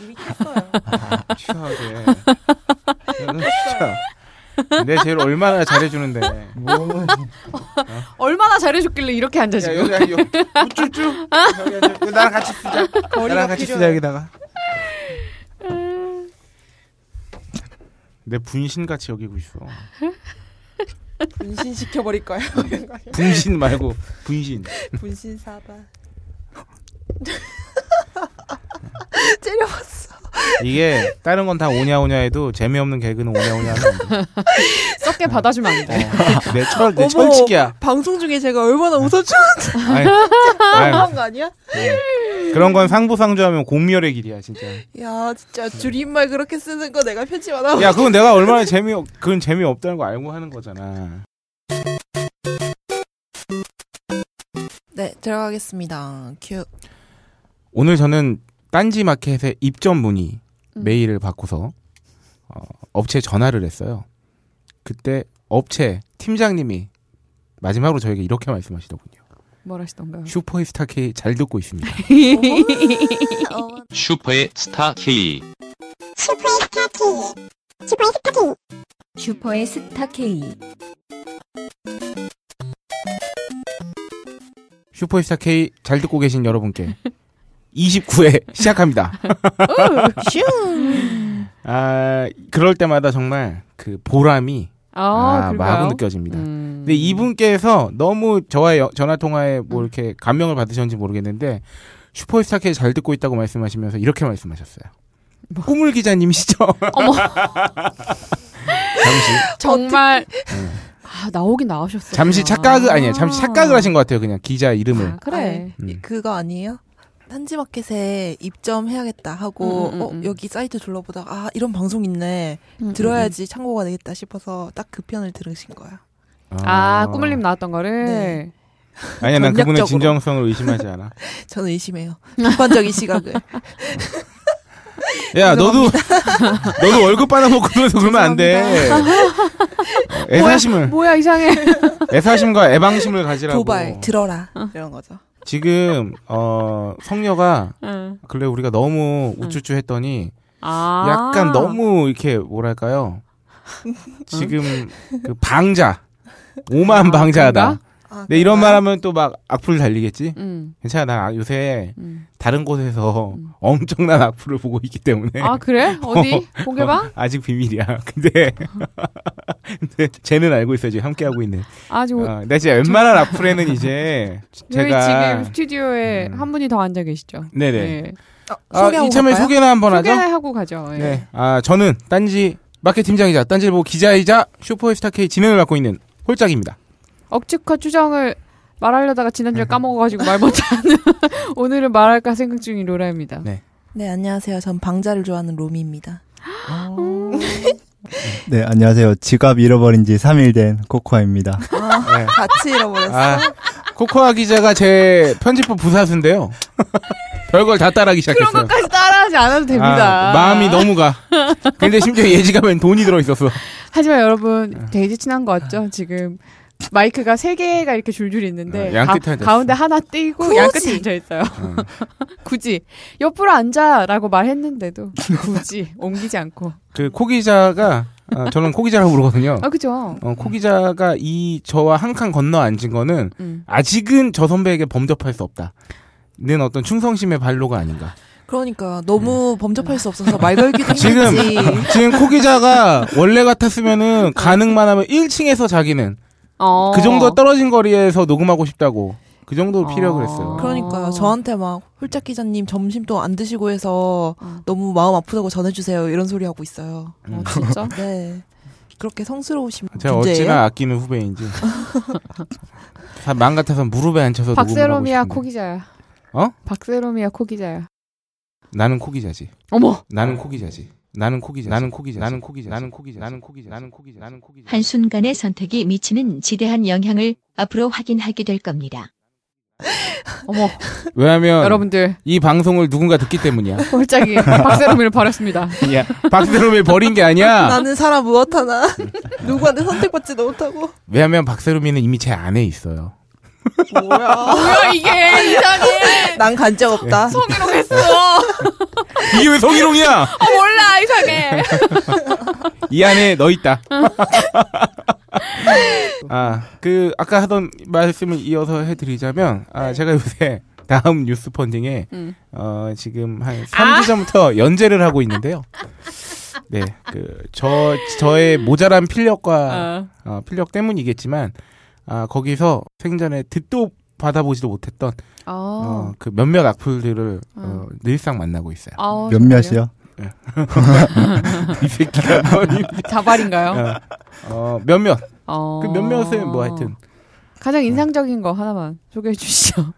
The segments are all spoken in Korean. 이미 켰어요. 아, 취하게. 나는 진짜 내 제일 얼마나 잘해주는데. 야, 뭐, 얼마나 잘해줬길래 이렇게 앉아 지금. 여기 여기 우쭈쭈. 여기 앉아. 여기 나랑 같이 쓰자. 나랑 같이 쓰자 여기다가. 내 분신같이 여기고 있어. 분신 시켜버릴 거야. 분신 말고 분신. 분신 사바. 째려봤어. 이게 다른 건 다 오냐 오냐 해도 재미없는 개그는 오냐 오냐 하는 썩게 받아주면 안 돼. 내철내 어머. 철칙이야. 방송 중에 제가 네. 얼마나 웃어주는지 아니, 아니, 그런 거 아니야? 네. 그런 건 상부상조하면 공멸의 길이야 진짜. 야 진짜 줄임말 그렇게 쓰는 거 내가 편집 안 하고 야 그건 내가 얼마나 재미 없 그건 재미 없다는 거 알고 하는 거잖아. 네 들어가겠습니다 큐 오늘 저는 딴지 마켓의 입점 문의 메일을 받고서 어, 업체에 전화를 했어요. 그때 업체 팀장님이 마지막으로 저에게 이렇게 말씀하시더군요. 뭘 하시던가요? 슈퍼히스타 K 잘 듣고 있습니다. 네. 슈퍼의 스타 K. 슈퍼의 스타 K. 슈퍼히스타 K 잘 듣고 계신 여러분께 29회 시작합니다. 아 그럴 때마다 정말 그 보람이 아, 마구 느껴집니다. 음. 근데 이분께서 너무 저와의 여- 전화 통화에 뭐 이렇게 감명을 받으셨는지 모르겠는데 슈퍼스타 K 잘 듣고 있다고 말씀하시면서 이렇게 말씀하셨어요. 꾸물 기자님이시죠? 어머. 잠시 정말 아 나오긴 어, 나오셨어. 음. 잠시 착각을 아니에요. 잠시 착각을 하신 것 같아요. 그냥 기자 이름을. 아, 그래. 음. 그거 아니에요? 딴지마켓에 입점해야겠다 하고 음, 음, 음. 어, 여기 사이트 둘러보다가 아 이런 방송 있네 음, 들어야지 참고가 되겠다 싶어서 딱 그 편을 들으신 거예요 아 꾸물림 나왔던 거를. 네. 아니야 난 그분의 전략적으로. 진정성을 의심하지 않아. 저는 의심해요 비판적인 시각을 야 너도 너도 월급 받아먹고 그러면서 그러면 안 돼. 애사심을 뭐야 이상해. 애사심과 애방심을 가지라고. 도발 들어라 이런 거죠 지금 어 성녀가 응. 근래 우리가 너무 우쭈쭈 했더니 아. 약간 너무 이렇게 뭐랄까요? 지금 그 방자 오만 아, 방자하다. 그런가? 아, 네 이런 말하면 또 막 악플 달리겠지. 음. 괜찮아 나 요새 음. 다른 곳에서 음. 엄청난 악플을 보고 있기 때문에 아 그래? 어디? 공개방? 아직 비밀이야. 근데 근데 쟤는 알고 있어 지금 함께 하고 있는. 아 지금 아, 나 진짜 웬만한 악플에는 이제 저희 제가 지금 스튜디오에 음. 한 분이 더 앉아 계시죠. 네네. 네. 아, 어, 소개하고 이참에 갈까요? 소개나 한번 하죠. 소개하고 가죠. 예. 네. 아, 저는 딴지 마켓 팀장이자 딴지일보 기자이자 슈퍼스타 K 진행을 맡고 있는 홀짝입니다. 억측과 추정을 말하려다가 지난주에 음. 까먹어가지고 말 못하는 오늘은 말할까 생각 중인 로라입니다. 네. 네 안녕하세요 전 방자를 좋아하는 로미입니다 네, 안녕하세요. 지갑 잃어버린 지 3일 된 코코아입니다. 아, 네. 같이 잃어버렸어 아, 코코아 기자가 제 편집부 부사수인데요. 별걸 다 따라하기 그런 시작했어요. 것까지 따라하지 않아도 됩니다. 아, 마음이 너무 가. 근데 심지어 예지가면 돈이 들어있었어. 하지만 여러분 네. 되게 친한 거 같죠? 지금 마이크가 세 개가 이렇게 줄줄 있는데 어, 양 가- 끝에 앉았어. 가운데 하나 띄고 굳이? 양끝에 앉아 있어요. 음. 굳이 옆으로 앉아라고 말했는데도 굳이 옮기지 않고. 그 코 기자가, 아, 저는 코 기자라고 부르거든요. 아 그죠? 어, 코 기자가 이 저와 한 칸 건너 앉은 거는 음. 아직은 저 선배에게 범접할 수 없다. 는 어떤 충성심의 발로가 아닌가. 그러니까 너무 범접할 수 없어서 말 걸기도 네. 아, 지금 힘들지 지금 코 기자가 원래 같았으면은 가능만 하면 1층에서 자기는 어. 그 정도 떨어진 거리에서 녹음하고 싶다고 그 정도로 필요하고 그랬어요. 그러니까요. 어. 저한테 막 홀짝 기자님 점심도 안 드시고 해서 어. 너무 마음 아프다고 전해주세요. 이런 소리 하고 있어요. 음. 어, 진짜? 네. 그렇게 성스러우신 아, 제가 존재예요. 어찌나 아끼는 후배인지. 다망 같아서 무릎에 앉혀서 박세롬이야 녹음을 하고 싶은데. 코기자야. 어? 박세롬이야 코기자야. 나는 코 기자지. 어머. 나는 코 기자지. 나는 코 기자. 나는 코 기자. 나는 코 기자. 나는 코 기자. 나는 코 기자. 나는 코 기자. 나는 코 기자. 한순간의 선택이 미치는 지대한 영향을 앞으로 확인하게 될 겁니다. 어머. 아, 왜냐면 여러분들 이 방송을 누군가 듣기 때문이야. 홀짝이 박세롬이를 버렸습니다. 야, 박세롬이 버린 게 아니야. 나는 사람 무엇하나 누구한테 선택받지도 못하고 왜냐면 박세롬이는 이미 제 안에 있어요. 뭐야 뭐야 이게 이상해. 네. 난 간 적 없다 통일로 했어. 이게 왜 성희롱이야? 어, 몰라 이상해. 이 안에 너 있다. 아, 그 아까 하던 말씀을 이어서 해드리자면, 아 제가 요새 다음 뉴스 펀딩에 네. 음. 아! 어 지금 한 3주 전부터 연재를 하고 있는데요. 네, 그 저 저의 모자란 필력과 어. 어, 필력 때문이겠지만, 아 거기서 생전에 듣도 받아보지도 못했던 어. 어, 그 몇몇 악플들을 어, 어. 늘상 만나고 있어요. 아, 정말요? 몇몇이요? 이 새끼가 너니? 네. 자발인가요? 어, 몇몇. 어. 그 몇몇은 뭐 하여튼 가장 네. 인상적인 거 하나만 소개해 주시죠.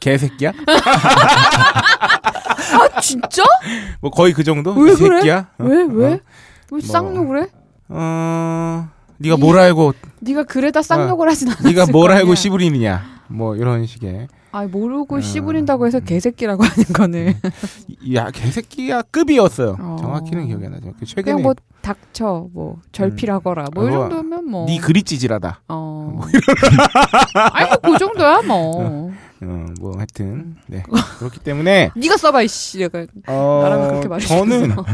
개새끼야? 아 진짜? 뭐 거의 그 정도? 왜 이 그래? 새끼야? 어? 왜 왜? 왜 뭐. 쌍욕을 해? 어, 네가 뭘 알고 네가 그래다 쌍욕을 하진 않았을 아, 네가 뭘 거 아니야. 알고 씨부리느냐? 뭐 이런 식의 아 모르고 음. 씨부린다고 해서 개새끼라고 하는 거는 이- 야 개새끼야 급이었어요. 어. 정확히는 기억이 안 나지만 그 최근에 그냥 뭐 닥쳐 뭐 절필하거라 뭐 이 뭐, 정도면 뭐. 네 글이 찌질하다. 어. 아니 뭐그 정도야 뭐. 어, 뭐 하여튼 음. 네 그렇기 때문에 네가 써봐 이씨 내가 나랑 어, 그렇게 말해주면서. 저는 어,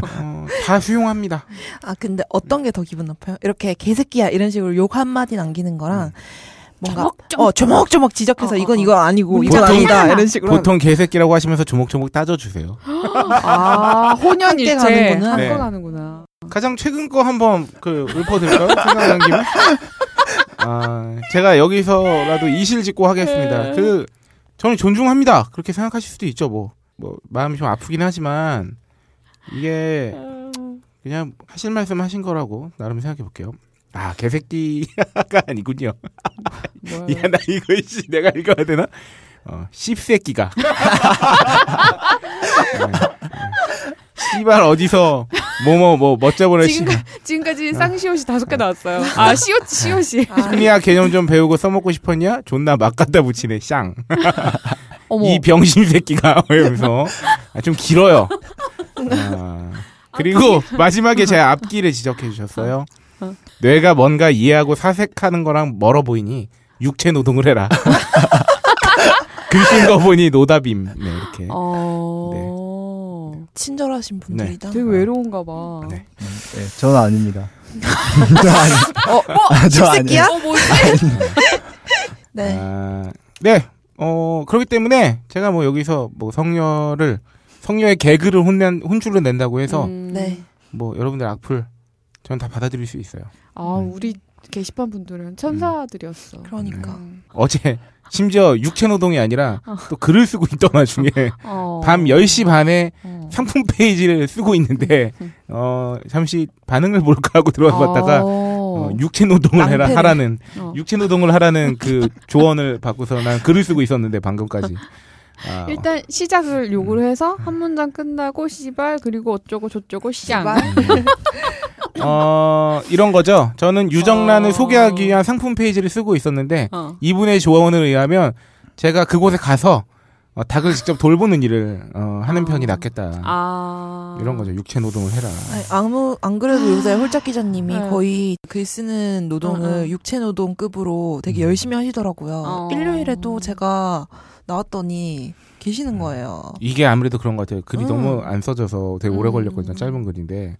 다 수용합니다. 아 근데 어떤 게 더 기분 나빠요? 이렇게 개새끼야 이런 식으로 욕 한마디 남기는 거랑 뭔가 음. 조목조목. 어 조목조목 지적해서 어, 이건 어, 어. 이거 아니고 이건 보통- 아니다 이런 식으로 보통 개새끼라고 하시면서 조목조목 따져주세요. 아 혼연일체 함께 가는구나. 함께 네. 가는구나. 가장 최근 거 한번 그 읊어드릴까요? 생각난 김에. 아, 제가 여기서라도 이실 짓고 네. 하겠습니다. 그, 저는 존중합니다. 그렇게 생각하실 수도 있죠, 뭐. 뭐, 마음이 좀 아프긴 하지만, 이게, 그냥 하실 말씀 하신 거라고, 나름 생각해 볼게요. 아, 개새끼가 아니군요. 뭐야. 야, 나 이거, 씨, 내가 읽어야 되나? 어, 씹새끼가. 네, 네. 씨발, 어디서, 뭐, 뭐, 뭐, 멋져보네, 씨. 지금까지, 아. 지금까지 쌍시옷이 다섯 개 나왔어요. 아 시옷 시옷이. 아, 흔히야 개념 좀 배우고 써먹고 싶었냐? 존나 막 갖다 붙이네, 쌍. 어머. 이 병신 새끼가. 이러면서. 아, 좀 길어요. 아, 그리고 마지막에 제 앞길을 지적해 주셨어요. 어. 뇌가 뭔가 이해하고 사색하는 거랑 멀어 보이니 육체 노동을 해라. 글쓴 거 보니 노답임. 네, 이렇게. 네. 어. 친절하신 분들이다. 되게 외로운가 봐. 네. 네, 저는 아닙니다. 저 아니, 어, 아, 저 새끼야? 어 뭐지? 네. 아, 네. 어, 그렇기 때문에 제가 뭐 여기서 뭐 성녀를 성녀의 개그를 혼낸 혼쭐을 낸다고 해서 음. 네. 뭐 여러분들 악플 저는 다 받아들일 수 있어요. 아 음. 우리 게시판 분들은 천사들이었어. 그러니까 음. 어제 심지어 육체 노동이 아니라 또 글을 쓰고 있던 와중에 어. 밤 10시 반에 어. 상품 페이지를 쓰고 있는데 음. 어 잠시 반응을 볼까 하고 들어와 봤다가 어. 어, 육체 노동을 해라 낭패를. 하라는 어. 육체 노동을 하라는 그 조언을 받고서 난 글을 쓰고 있었는데 방금까지 아, 음. 일단 시작을 요구를 해서 한 문장 끝나고 씨발 그리고 어쩌고 저쩌고 아. 쌍. 말- 어 이런 거죠. 저는 유정란을 어. 소개하기 위한 상품 페이지를 쓰고 있었는데 어. 이분의 조언을 의하면 제가 그곳에 가서 어, 닭을 직접 돌보는 일을 어, 하는 아. 편이 낫겠다. 아 이런 거죠. 육체 노동을 해라. 아니, 아무 안 그래도 요새 홀짝 기자님이 네. 거의 글 쓰는 노동을 어, 어. 육체 노동급으로 되게 음. 열심히 하시더라고요. 어. 일요일에도 제가 나왔더니 계시는 거예요. 이게 아무래도 그런 것 같아요. 글이 음. 너무 안 써져서 되게 오래 음. 걸렸거든요. 짧은 글인데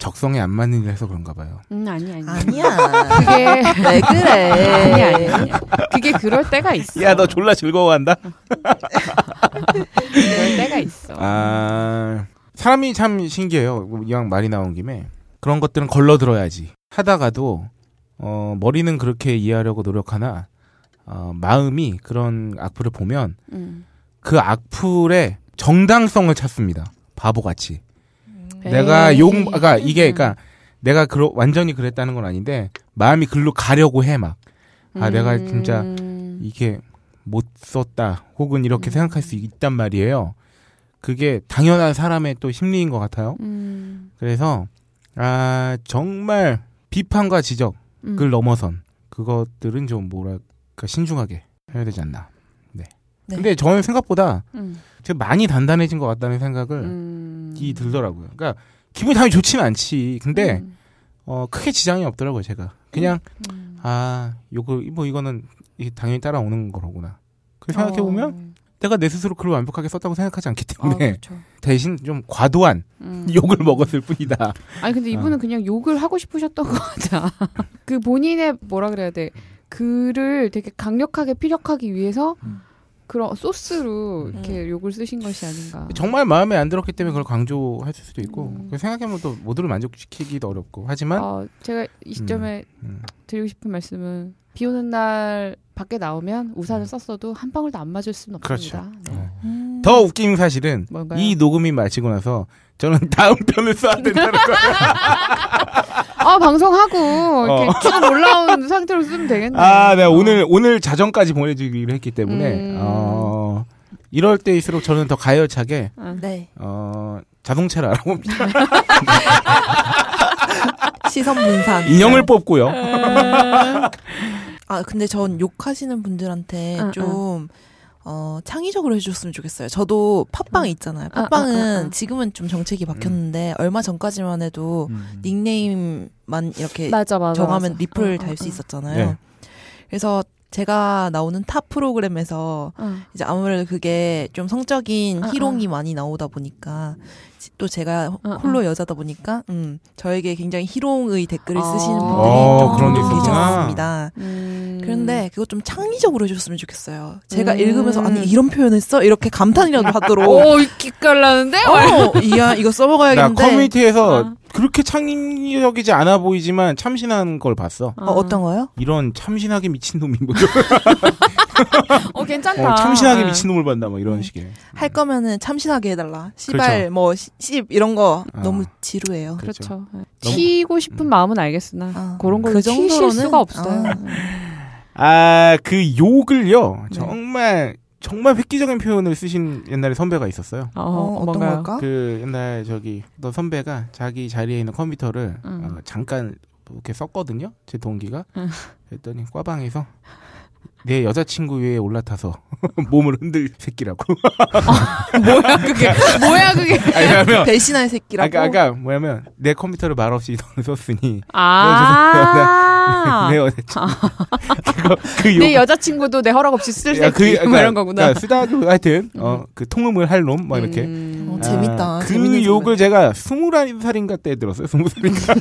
적성에 안 맞는 일을 해서 그런가 봐요. 음 아니 아니. 아니야. 그게 왜 아니 그래? 아니. 아니. 그게 그럴 때가 있어. 졸라 즐거워한다. 그럴 때가 있어. 아 사람이 참 신기해요. 이왕 말이 나온 김에 그런 것들은 걸러 들어야지. 하다가도 어, 머리는 그렇게 이해하려고 노력하나 어, 마음이 그런 악플을 보면 음. 그 악플의 정당성을 찾습니다. 바보같이. 에이. 내가 욕, 그러니까 이게, 그러니까 내가 그러, 완전히 그랬다는 건 아닌데 마음이 글로 가려고 해 막. 아, 내가 진짜 음. 이게 못 썼다, 혹은 이렇게 생각할 수 있단 말이에요. 그게 당연한 사람의 또 심리인 것 같아요. 음. 그래서 아 정말 비판과 지적을 음. 넘어선 그것들은 좀 뭐랄까 신중하게 해야 되지 않나. 네. 네. 근데 저는 생각보다 음. 되게 많이 단단해진 것 같다는 생각을 음. 이 들더라고요. 그러니까 기분이 당연히 좋지는 않지. 근데 음. 어, 크게 지장이 없더라고요, 제가. 그냥, 아, 요거, 뭐, 이거는 이게 당연히 따라오는 거로구나. 그 생각해보면, 어. 내가 내 스스로 글을 완벽하게 썼다고 생각하지 않기 아, 때문에, 그렇죠. 대신 좀 과도한 음. 욕을 먹었을 뿐이다. 아니 근데 이분은 그냥 욕을 하고 싶으셨던 것 같아. 그 본인의 뭐라 그래야 돼. 글을 되게 강력하게 피력하기 위해서 음. 그런 소스로 음. 이렇게 욕을 쓰신 것이 아닌가. 정말 마음에 안 들었기 때문에 그걸 강조할 수도 있고 음. 그 생각해보면 또 모두를 만족시키기도 어렵고 하지만 어, 제가 이 시점에 음. 드리고 싶은 말씀은 비 오는 날 밖에 나오면 우산을 썼어도 한 방울도 안 맞을 수는 음. 그렇죠. 없습니다. 네. 네. 음. 더 웃긴 사실은 뭔가요? 이 녹음이 마치고 나서 저는 다음 편을 써야 된다는 거. 아 방송하고 이렇게 쭉 올라온 상태로 쓰면 되겠네. 어. 아, 네 어. 오늘 오늘 자정까지 보내주기로 했기 때문에 음. 어, 이럴 때일수록 저는 더 가열차게 네. 어, 자동차를 네. 알아봅니다. 시선 분산. 인형을 뽑고요. 네. 아, 근데 전 욕하시는 분들한테 응, 좀, 어, 창의적으로 해줬으면 좋겠어요. 저도 팟빵 있잖아요. 응, 팟빵은 응, 응, 응. 지금은 좀 정책이 바뀌었는데, 얼마 전까지만 해도 음. 닉네임만 이렇게 맞아 맞아. 정하면 맞아. 리플을 어, 달 수 어, 있었잖아요. 네. 그래서 제가 나오는 타 프로그램에서 어. 이제 아무래도 그게 좀 성적인 어, 어. 희롱이 많이 나오다 보니까 지- 또 제가 호- 어, 어. 홀로 여자다 보니까 음, 저에게 굉장히 희롱의 댓글을 아. 쓰시는 어, 분들이 좀 그런 게 종종 있었구나. 계셨습니다. 음. 그런데 그거 좀 창의적으로 해줬으면 좋겠어요. 제가 음. 어. 읽으면서 아니 이런 표현했어 이렇게 감탄이라도 하도록. 오, 기깔나는데? 어, 이야 이거 나 써먹어야겠는데. 커뮤니티에서 아. 그렇게 창의적이지 않아 보이지만 참신한 걸 봤어. 아. 어, 어떤 거요? 이런 참신하게 미친 놈이 뭐 어, 괜찮다. 어, 참신하게 네. 미친 놈을 봤나 뭐 이런 식의. 할 거면은 참신하게 해달라. 시발 뭐 시- 씹 이런 거 그렇죠. 아. 너무 지루해요. 그렇죠. 네. 너무- 튀고 싶은 마음은 알겠으나 아, 그런 걸로 그 튀실 정도로는- 수가 없어요. 아. 아, 그 욕을요. 네. 정말 정말 획기적인 표현을 쓰신 옛날에 선배가 있었어요. 어, 어, 어떤 뭔가요? 걸까? 그 옛날 저기 너 선배가 자기 자리에 있는 컴퓨터를 음. 어, 잠깐 이렇게 썼거든요. 제 동기가 음. 그랬더니 꽈방에서 내 여자친구 위에 올라타서 몸을 흔들 새끼라고. 뭐야 그게? 뭐야 그게? 아니, 왜냐면 아, 배신할 새끼라고. 아까 아까 뭐냐면 내 컴퓨터를 말없이 돈을 썼으니 아. 내 여자친구 그거 그 욕. 내 여자친구도 내 허락 없이 쓸 야, 새끼 뭐 이런 거구나. 그러니까 쓰다가 하여튼 어, 그 통음을 할 놈 뭐 이렇게 음. 어, 재밌다. 아, 그 재밌는 욕을 제가 스물 살인가 때 들었어요. 스무 살인가.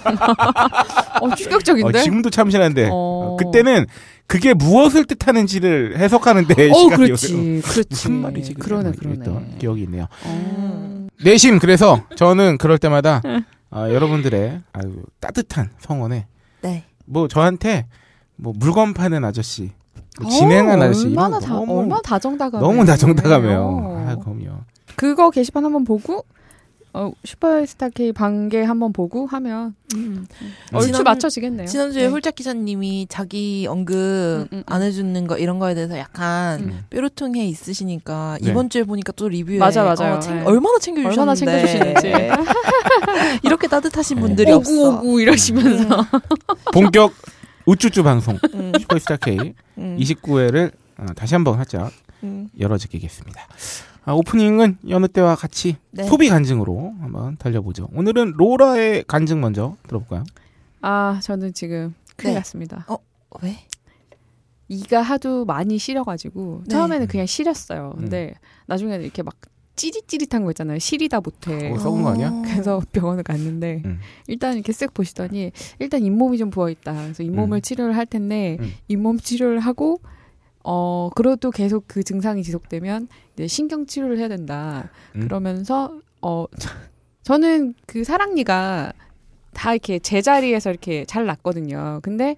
어, 충격적인데? 어, 지금도 참신한데 어. 어, 그때는 그게 무엇을 뜻하는지를 해석하는데 어, 시간이 없어요. 그렇지. 그렇지. 무슨 말이지? 그게? 그러네, 막 이랬던 그러네. 기억이 있네요. 어. 내심 그래서 저는 그럴 때마다 아, 여러분들의 아주 따뜻한 성원에 네. 뭐 저한테 뭐 물건 파는 아저씨, 뭐 진행한 어, 아저씨 이런 얼마나 거 다 너무 얼마나 다정다감. 너무 다정다감해요. 아, 그럼요. 그거 게시판 한번 보고 어, 슈퍼스타 K 반개 한번 보고 하면 어, 얼추 지난- 맞춰지겠네요. 지난주에 네. 홀짝 기자님이 자기 언급 음, 음, 음. 안 해주는 거 이런 거에 대해서 약간 음. 뾰루퉁해 있으시니까 네. 이번 주에 보니까 또 리뷰에 맞아, 맞아요. 어, 챙- 네. 얼마나 챙겨주셨는데 네. 얼마나 챙겨주시는지 이렇게 따뜻하신 네. 분들이 오구 없어. 오구 이러시면서 본격 우쭈쭈 방송 음, 슈퍼스타 K 음, 29회를 어, 다시 한번 활짝 음. 열어지겠습니다. 아, 오프닝은 여느 때와 같이 네. 소비 간증으로 한번 달려보죠. 오늘은 로라의 간증 먼저 들어볼까요? 아 저는 지금 큰일 네. 났습니다. 왜? 이가 하도 많이 시려가지고 네. 처음에는 그냥 시렸어요. 근데 나중에는 이렇게 막 찌릿찌릿한 거 있잖아요. 시리다 못해. 어, 썩은 거 아니야? 어. 그래서 병원을 갔는데 음. 일단 이렇게 쓱 보시더니 일단 잇몸이 좀 부어 있다. 그래서 잇몸을 음. 치료를 할 텐데 음. 잇몸 치료를 하고 어 그래도 계속 그 증상이 지속되면 이제 신경 치료를 해야 된다. 음. 그러면서 어 저- 저는 그 사랑니가 다 이렇게 제자리에서 이렇게 잘 났거든요. 근데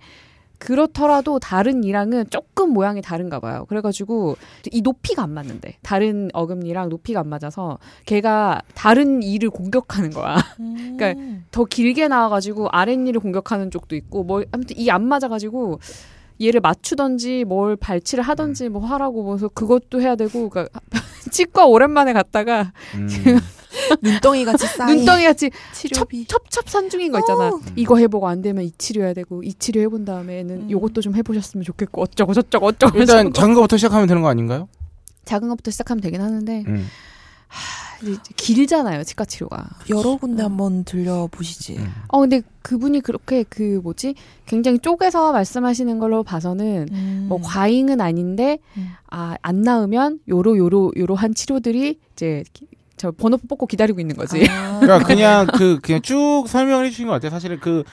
그렇더라도 다른 이랑은 조금 모양이 다른가 봐요. 그래가지고 이 높이가 안 맞는데 다른 어금니랑 높이가 안 맞아서 걔가 다른 이를 공격하는 거야. 음. 그러니까 더 길게 나와가지고 아랫니를 공격하는 쪽도 있고 뭐 아무튼 이 안 맞아가지고 얘를 맞추던지 뭘 발치를 하던지 뭐 하라고 뭐서 그것도 해야 되고 그러니까 치과 오랜만에 갔다가 음. 눈덩이 같이 쌓인 눈덩이 같이 치료비. 첩첩산 중인 거 있잖아 어. 이거 해보고 안 되면 이 치료해야 되고 이 치료 해본 다음에는 음. 요것도 좀 해보셨으면 좋겠고 어쩌고 저쩌고 어쩌고 일단 저쩌고. 작은 거부터 시작하면 되는 거 아닌가요? 작은 것부터 시작하면 되긴 하는데 음. 이제 길잖아요 치과 치료가 여러 군데 한번 들려보시지. 음. 어 근데 그분이 그렇게 그 뭐지 굉장히 쪼개서 말씀하시는 걸로 봐서는 뭐 음. 과잉은 아닌데 음. 아 안 나으면 요로 요로 요러한 치료들이 이제 저 번호표 뽑고 기다리고 있는 거지. 아. 그러니까 그냥 그 그냥 쭉 설명을 해주신 것 같아요. 사실은 그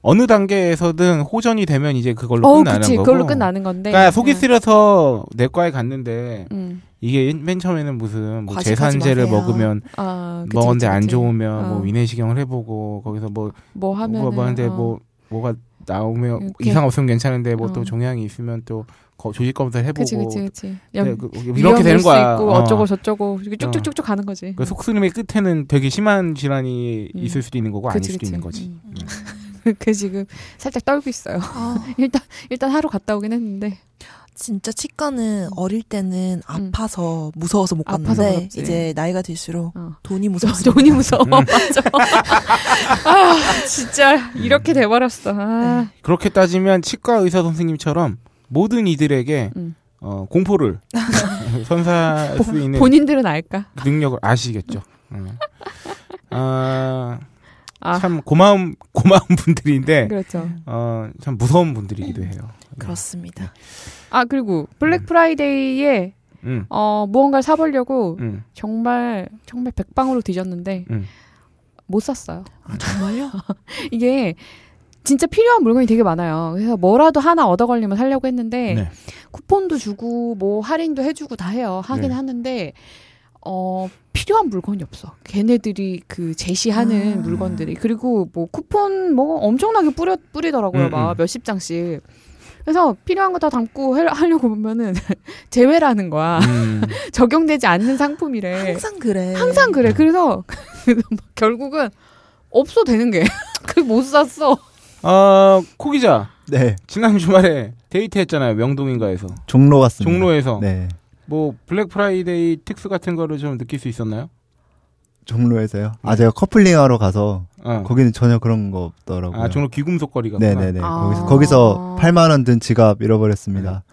어느 단계에서든 호전이 되면 이제 그걸로 어, 끝나는 그치. 거고. 그걸로 끝나는 건데. 그러니까 속이 네. 쓰려서 내과에 갔는데 음. 이게 맨 처음에는 무슨 뭐 과식하지 재산제를 마세요. 먹으면 아, 그치, 먹었는데 그치, 뭐 안 그치. 좋으면 어. 뭐 위내시경을 해보고 거기서 뭐 뭐 하면 뭐 하는데 뭐 뭐가 나오면 이렇게. 이상 없으면 괜찮은데 뭐 또 어. 종양이 있으면 또 거- 조직 검사를 해보고 그치 그치 그치. 네, 연- 그- 이렇게 되는 위험일 수 거야. 있고 어. 어. 쩌고 저쩌고 이렇게 쭉쭉쭉쭉 가는 거지. 그 속쓰림의 끝에는 되게 심한 질환이 음. 있을 수도 있는 거고 아닐 그치, 수도 그치. 있는 거지. 음. 그 지금 살짝 떨고 있어요. 아. 일단 일단 하루 갔다 오긴 했는데. 진짜 치과는 어릴 때는 음. 아파서 무서워서 못 아파서 갔는데 무섭지. 이제 나이가 들수록 어. 돈이 저 아, 무서워서 돈이 무서워. 음. 맞아. 아 진짜 이렇게 돼버렸어. 아. 그렇게 따지면 치과 의사 선생님처럼 모든 이들에게 음. 어, 공포를 선사할 수 있는 본인들은 알까? 능력을 아시겠죠. 예. 아, 아 참 고마운 고마운 분들인데 그렇죠. 어, 참 무서운 분들이기도 음. 해요. 그렇습니다. 아 그리고 음. 블랙 프라이데이에 음, 어 무언가를 사보려고 음, 정말 정말 백방으로 뒤졌는데 음. 못 샀어요. 정말요? 이게 진짜 필요한 물건이 되게 많아요. 그래서 뭐라도 하나 얻어 걸리면 살려고 했는데 네. 쿠폰도 주고 뭐 할인도 해주고 다 해요. 하긴 네. 하는데 어 필요한 물건이 없어. 걔네들이 그 제시하는 아. 물건들이 그리고 뭐 쿠폰 뭐 엄청나게 뿌려 뿌리더라고요. 음, 막 음. 몇십 장씩. 그래서 필요한 거 다 담고 해- 하려고 보면은 제외라는 거야. 음. 적용되지 않는 상품이래. 항상 그래. 네. 항상 그래. 그래서 결국은 없어 되는 게. 그 못 샀어. 어, 코 기자 네, 지난 주말에 데이트했잖아요 명동인가에서 종로 갔습니다. 종로에서 네, 뭐 블랙 프라이데이 특수 같은 거를 좀 느낄 수 있었나요? 종로에서요. 아 제가 커플링하러 가서 어. 거기는 전혀 그런 거 없더라고요. 아 종로 귀금속 거리가 네네네. 아. 거기서 거기서 8만 원 든 지갑 잃어버렸습니다. 찾아주세요.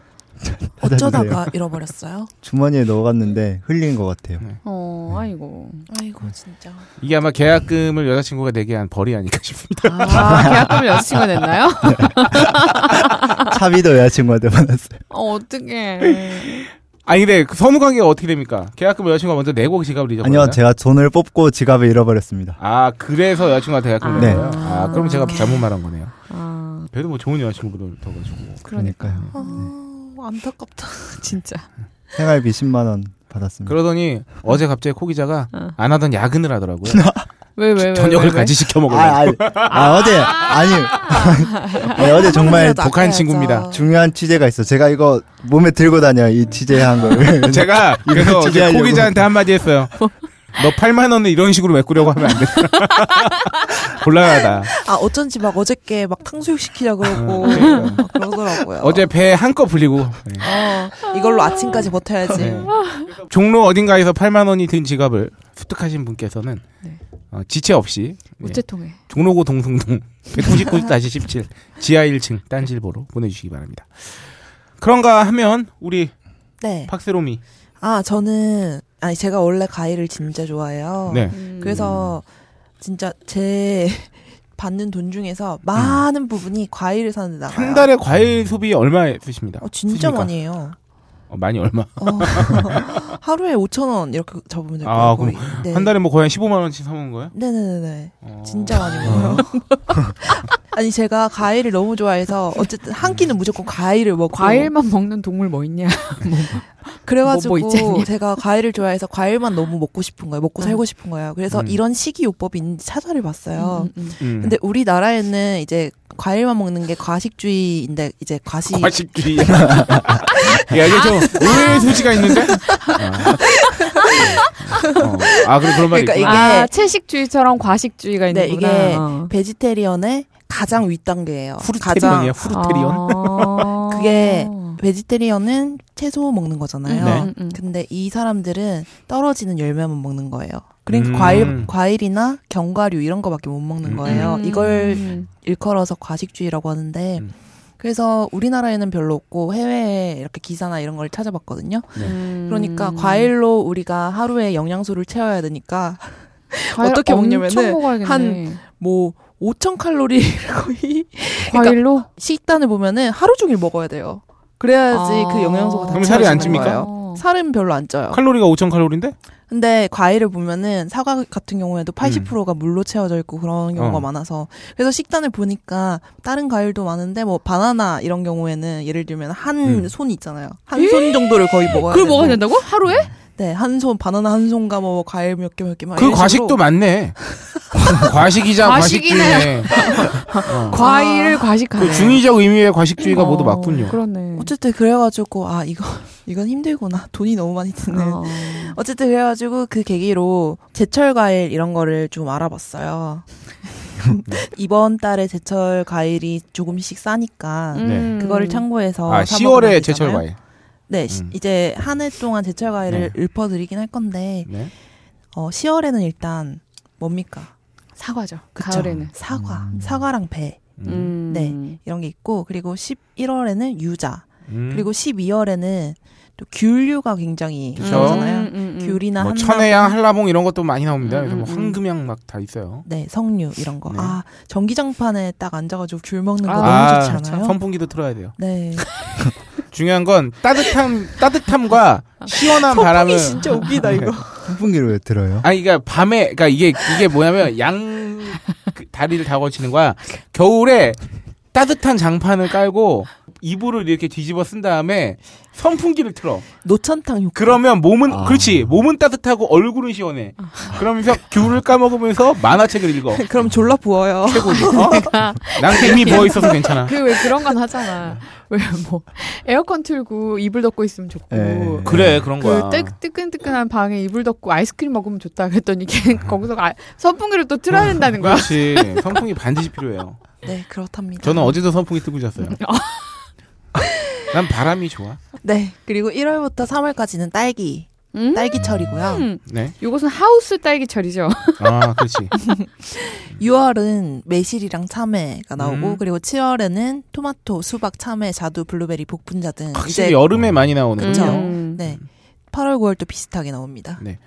네. 어쩌다가 잃어버렸어요? 주머니에 넣어갔는데 흘린 것 같아요. 어, 아이고. 아이고 진짜. 이게 아마 계약금을 여자친구가 내게 한 벌이 아닐까 싶습니다. 아, 계약금을 여자친구가 냈나요? 차비도 여자친구한테 받았어요. 어, 어떡해. 아니 근데 그 선후 관계가 어떻게 됩니까? 계약금을 여자친구가 먼저 내고 지갑을 잊어버렸나요? 아니요, 제가 돈을 뽑고 지갑을 잃어버렸습니다. 아 그래서 여자친구가 계약금을 아. 낸 네. 거예요? 아 그럼 제가 잘못 말한 거네요. 아, 그래도 뭐 좋은 여자친구를 더가지고 음. 그러니까요. 아, 안타깝다. 진짜. 생활비 10만 원 받았습니다. 그러더니 어제 갑자기 코 기자가 어. 안 하던 야근을 하더라고요. 왜, 왜, 왜. 저녁을 왜, 왜? 같이 시켜 먹으려고. 그 아, 아니, 아, 어제 아니, 아니 어제 정말 한 번이라도 독한 아껴야죠. 어. 친구입니다. 중요한 취재가 있어. 제가 이거 몸에 들고 다녀 이 취재한 걸. 제가 그래서 이거 어제 코 취재하려고. 기자한테 한마디 했어요. 너 8만 원을 이런 식으로 메꾸려고 하면 안 돼. 곤란하다. 아 어쩐지 막 어저께 막 탕수육 시키려 그러고 막 그러더라고요. 아, 어제 배 한껏 불리고 네. 어, 이걸로 아침까지 버텨야지. 네. 종로 어딘가에서 8만 원이 든 지갑을 습득하신 분께서는 네. 어, 지체 없이 네, 우체통에. 종로구 동승동 199-17 지하 1층 딴질보로 보내주시기 바랍니다. 그런가 하면 우리 네. 팍스로미 아 저는 아니 제가 원래 가위를 진짜 좋아해요. 네. 음. 그래서 진짜 제 받는 돈 중에서 많은 부분이 과일을 사는 데 나가요. 음. 한 달에 과일 소비 얼마 쓰십니다? 어, 진짜 쓰십니까? 많이 해요. 어, 많이 얼마? 어, 하루에 5천 원 이렇게 잡으면 될거예요 아, 그럼 한 달에 뭐 거의 한 15만 원씩 사먹는 거예요? 네네네네. 어. 네. 진짜 많이 먹어요. 아니 제가 과일을 너무 좋아해서 어쨌든 한 끼는 무조건 과일을 먹고 과일만 먹는 동물 뭐 있냐? 그래가지고 뭐- 뭐 있지? 제가 과일을 좋아해서 과일만 너무 먹고 싶은 거예요. 먹고 음. 살고 싶은 거예요. 그래서 음. 이런 식이요법이 있는지 찾아를 봤어요. 음, 음, 음. 근데 우리나라에는 이제 과일만 먹는 게 과식주의인데 이제 과시 과식주의. 야 이게 좀 의외의 소지가 있는데. 아. 어. 아 그럼 그런 말이 그러니까 음. 있구나. 아, 채식주의처럼 과식주의가 네, 있는구나. 이게 어. 베지테리언의 가장 윗단계예요. 후르테리언이야 어. 후르테리언. 아. 그게 베지테리언은 채소 먹는 거잖아요. 네. 음, 음. 근데 이 사람들은 떨어지는 열매만 먹는 거예요. 그러니까 음. 과일, 과일이나 견과류 이런 거밖에 못 음. 먹는 거예요. 음. 이걸 음. 일컬어서 과식주의라고 하는데 음. 그래서 우리나라에는 별로 없고 해외에 이렇게 기사나 이런 걸 찾아봤거든요. 음. 그러니까 과일로 우리가 하루에 영양소를 채워야 되니까 과일 어떻게 먹냐면은 엄청 먹어야겠네. 한- 뭐 5천 칼로리를 거의 과일로 식단을 보면은 하루 종일 먹어야 돼요. 그래야지 아. 어. 그 영양소가 다 그럼 살이 채워지는 안 찝니까? 거예요. 살은 별로 안 쪄요. 칼로리가 5천 칼로리인데? 근데 과일을 보면은 사과 같은 경우에도 80%가 물로 채워져 있고 그런 경우가 음. 어. 많아서 그래서 식단을 보니까 다른 과일도 많은데 뭐 바나나 이런 경우에는 예를 들면 한 음. 손 있잖아요. 한 손 정도를 거의 먹어야 그걸 되고. 먹어야 된다고? 하루에? 네, 한 손 바나나 한 손과 뭐 과일 몇 개 몇 개 막 그 이런 과식도 식으로. 많네. 과식이자 과식이네. 과식주의네. 어. 아. 과일을 과식하네. 그 중의적 의미의 과식주의가 모두 어, 맞군요. 그렇죠. 그렇네. 어쨌든 그래가지고 아 이거 이건 힘들구나 돈이 너무 많이 드는 어. 어쨌든 그래가지고 그 계기로 제철 과일 이런 거를 좀 알아봤어요. 이번 달에 제철 과일이 조금씩 싸니까 네. 음. 그거를 참고해서 아, 사 먹으면 10월에 되잖아요. 제철 과일. 네, 시- 음. 이제 한 해 동안 제철 과일을 읊어드리긴 할 건데 네. 어, 10월에는 일단 뭡니까? 사과죠. 그쵸? 가을에는. 사과, 음. 사과랑 배 음. 네. 이런 게 있고 그리고 11월에는 유자 음. 그리고 12월에는 또 귤류가 굉장히 그쵸. 나오잖아요. 음, 음, 음. 귤이나 뭐 한라봉, 천혜향, 한라봉 이런 것도 많이 나옵니다. 그래서 뭐 음, 음, 음. 황금향 막 다 있어요. 네, 석류 이런 거. 네. 아, 전기장판에 딱 앉아가지고 귤 먹는 거 아, 너무 아, 좋지 않아요? 선풍기도 틀어야 돼요. 네. 중요한 건 따뜻함, 따뜻함과 시원한 바람을 웃기다 이거. 선풍기를 왜 들어요? 아니 그러니까 밤에 그러니까 이게 이게 뭐냐면 양 그 다리를 다 거치는 거야. 겨울에 따뜻한 장판을 깔고 이불을 이렇게 뒤집어 쓴 다음에 선풍기를 틀어. 노천탕 효과. 그러면 몸은 아. 그렇지 몸은 따뜻하고 얼굴은 시원해. 그러면서 귤을 까먹으면서 만화책을 읽어. 네, 그럼 졸라 부어요. 최고지. 어? 난 이미 누워 있어서 괜찮아. 그 왜 그런 건 하잖아. 왜 뭐 에어컨 틀고 이불 덮고 있으면 좋고. 예. 그래 그런 그 거야. 뜨, 뜨끈뜨끈한 방에 이불 덮고 아이스크림 먹으면 좋다 그랬더니 걔 거기서 아, 선풍기를 또 틀어야 된다는 거야. 그렇지. 선풍기 반드시 필요해요. 네, 그렇답니다. 저는 어제도 선풍기 뜨고 잤어요. 아. 난 바람이 좋아. 네, 그리고 1월부터 3월까지는 딸기, 음? 딸기철이고요. 음. 네. 요것은 하우스 딸기철이죠. 아 그렇지. 6월은 매실이랑 참외가 나오고, 음. 그리고 7월에는 토마토, 수박, 참외, 자두, 블루베리, 복분자 등. 확실히 어- 여름에 많이 나오는 그쵸. 거죠. 음. 네. 8월, 9월도 비슷하게 나옵니다. 네.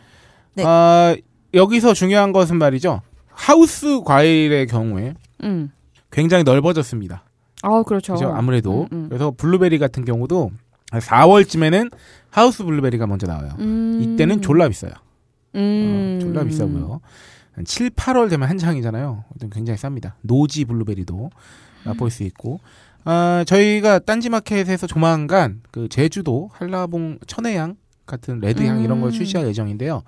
아, 여기서 중요한 것은 말이죠. 하우스 과일의 경우에 음. 굉장히 넓어졌습니다. 아 그렇죠. 그죠? 아무래도. 음, 음. 그래서 블루베리 같은 경우도 4월쯤에는 하우스 블루베리가 먼저 나와요. 음. 이때는 졸라 비싸요. 어, 음. 졸라 비싸고요. 한 7, 8월 되면 한창이잖아요. 어떤 굉장히 쌉니다. 노지 블루베리도 맛볼 수 있고. 아, 저희가 딴지마켓에서 조만간 그 제주도 한라봉 천혜향 같은 레드향 이런 걸 음. 출시할 예정인데요.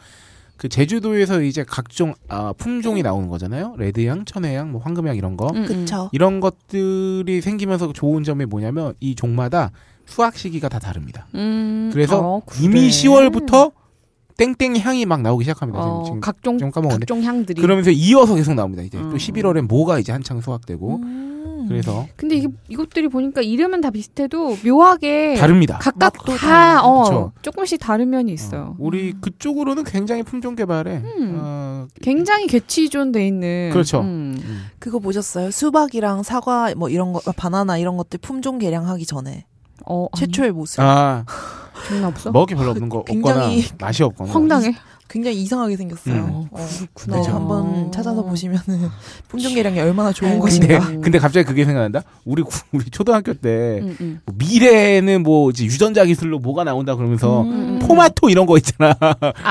그 제주도에서 이제 각종 아, 품종이 나오는 거잖아요. 레드향, 천혜향, 뭐 황금향 이런 거. 음, 음. 그쵸. 이런 것들이 생기면서 좋은 점이 뭐냐면 이 종마다 수확 시기가 다 다릅니다. 음. 그래서 어, 그래. 이미 10월부터 땡땡 향이 막 나오기 시작합니다. 지금- 어, 지금 각종 좀 까먹었는데. 각종 향들이. 그러면서 이어서 계속 나옵니다. 이제 음. 또 11월에 뭐가 이제 한창 소확되고 음. 그래서 근데 이게 이것들이 보니까 이름은 다 비슷해도 묘하게 다릅니다. 각각 맛도 다 다르고. 어, 그쵸. 조금씩 다른 면이 어, 있어. 우리 그쪽으로는 굉장히 품종 개발에 음. 어, 굉장히 개취존돼 있는. 그렇죠. 음. 음. 그거 보셨어요? 수박이랑 사과 뭐 이런 거, 바나나 이런 것들 품종 개량하기 전에 어, 최초의 모습. 아 존나 없어. 먹이 별로 없는 거 굉장히- 없거나 어, 맛이 없거나 황당해. 굉장히 이상하게 생겼어요. 음. 어, 그렇구나. 어. 네, 한번 찾아서 보시면은 품종 개량이 얼마나 좋은 네. 것인가. 근데 근데 갑자기 그게 생각난다. 우리 구- 우리 초등학교 때 음, 음. 뭐 미래에는 뭐 이제 유전자 기술로 뭐가 나온다 그러면서 음. 토마토 이런 거 있잖아.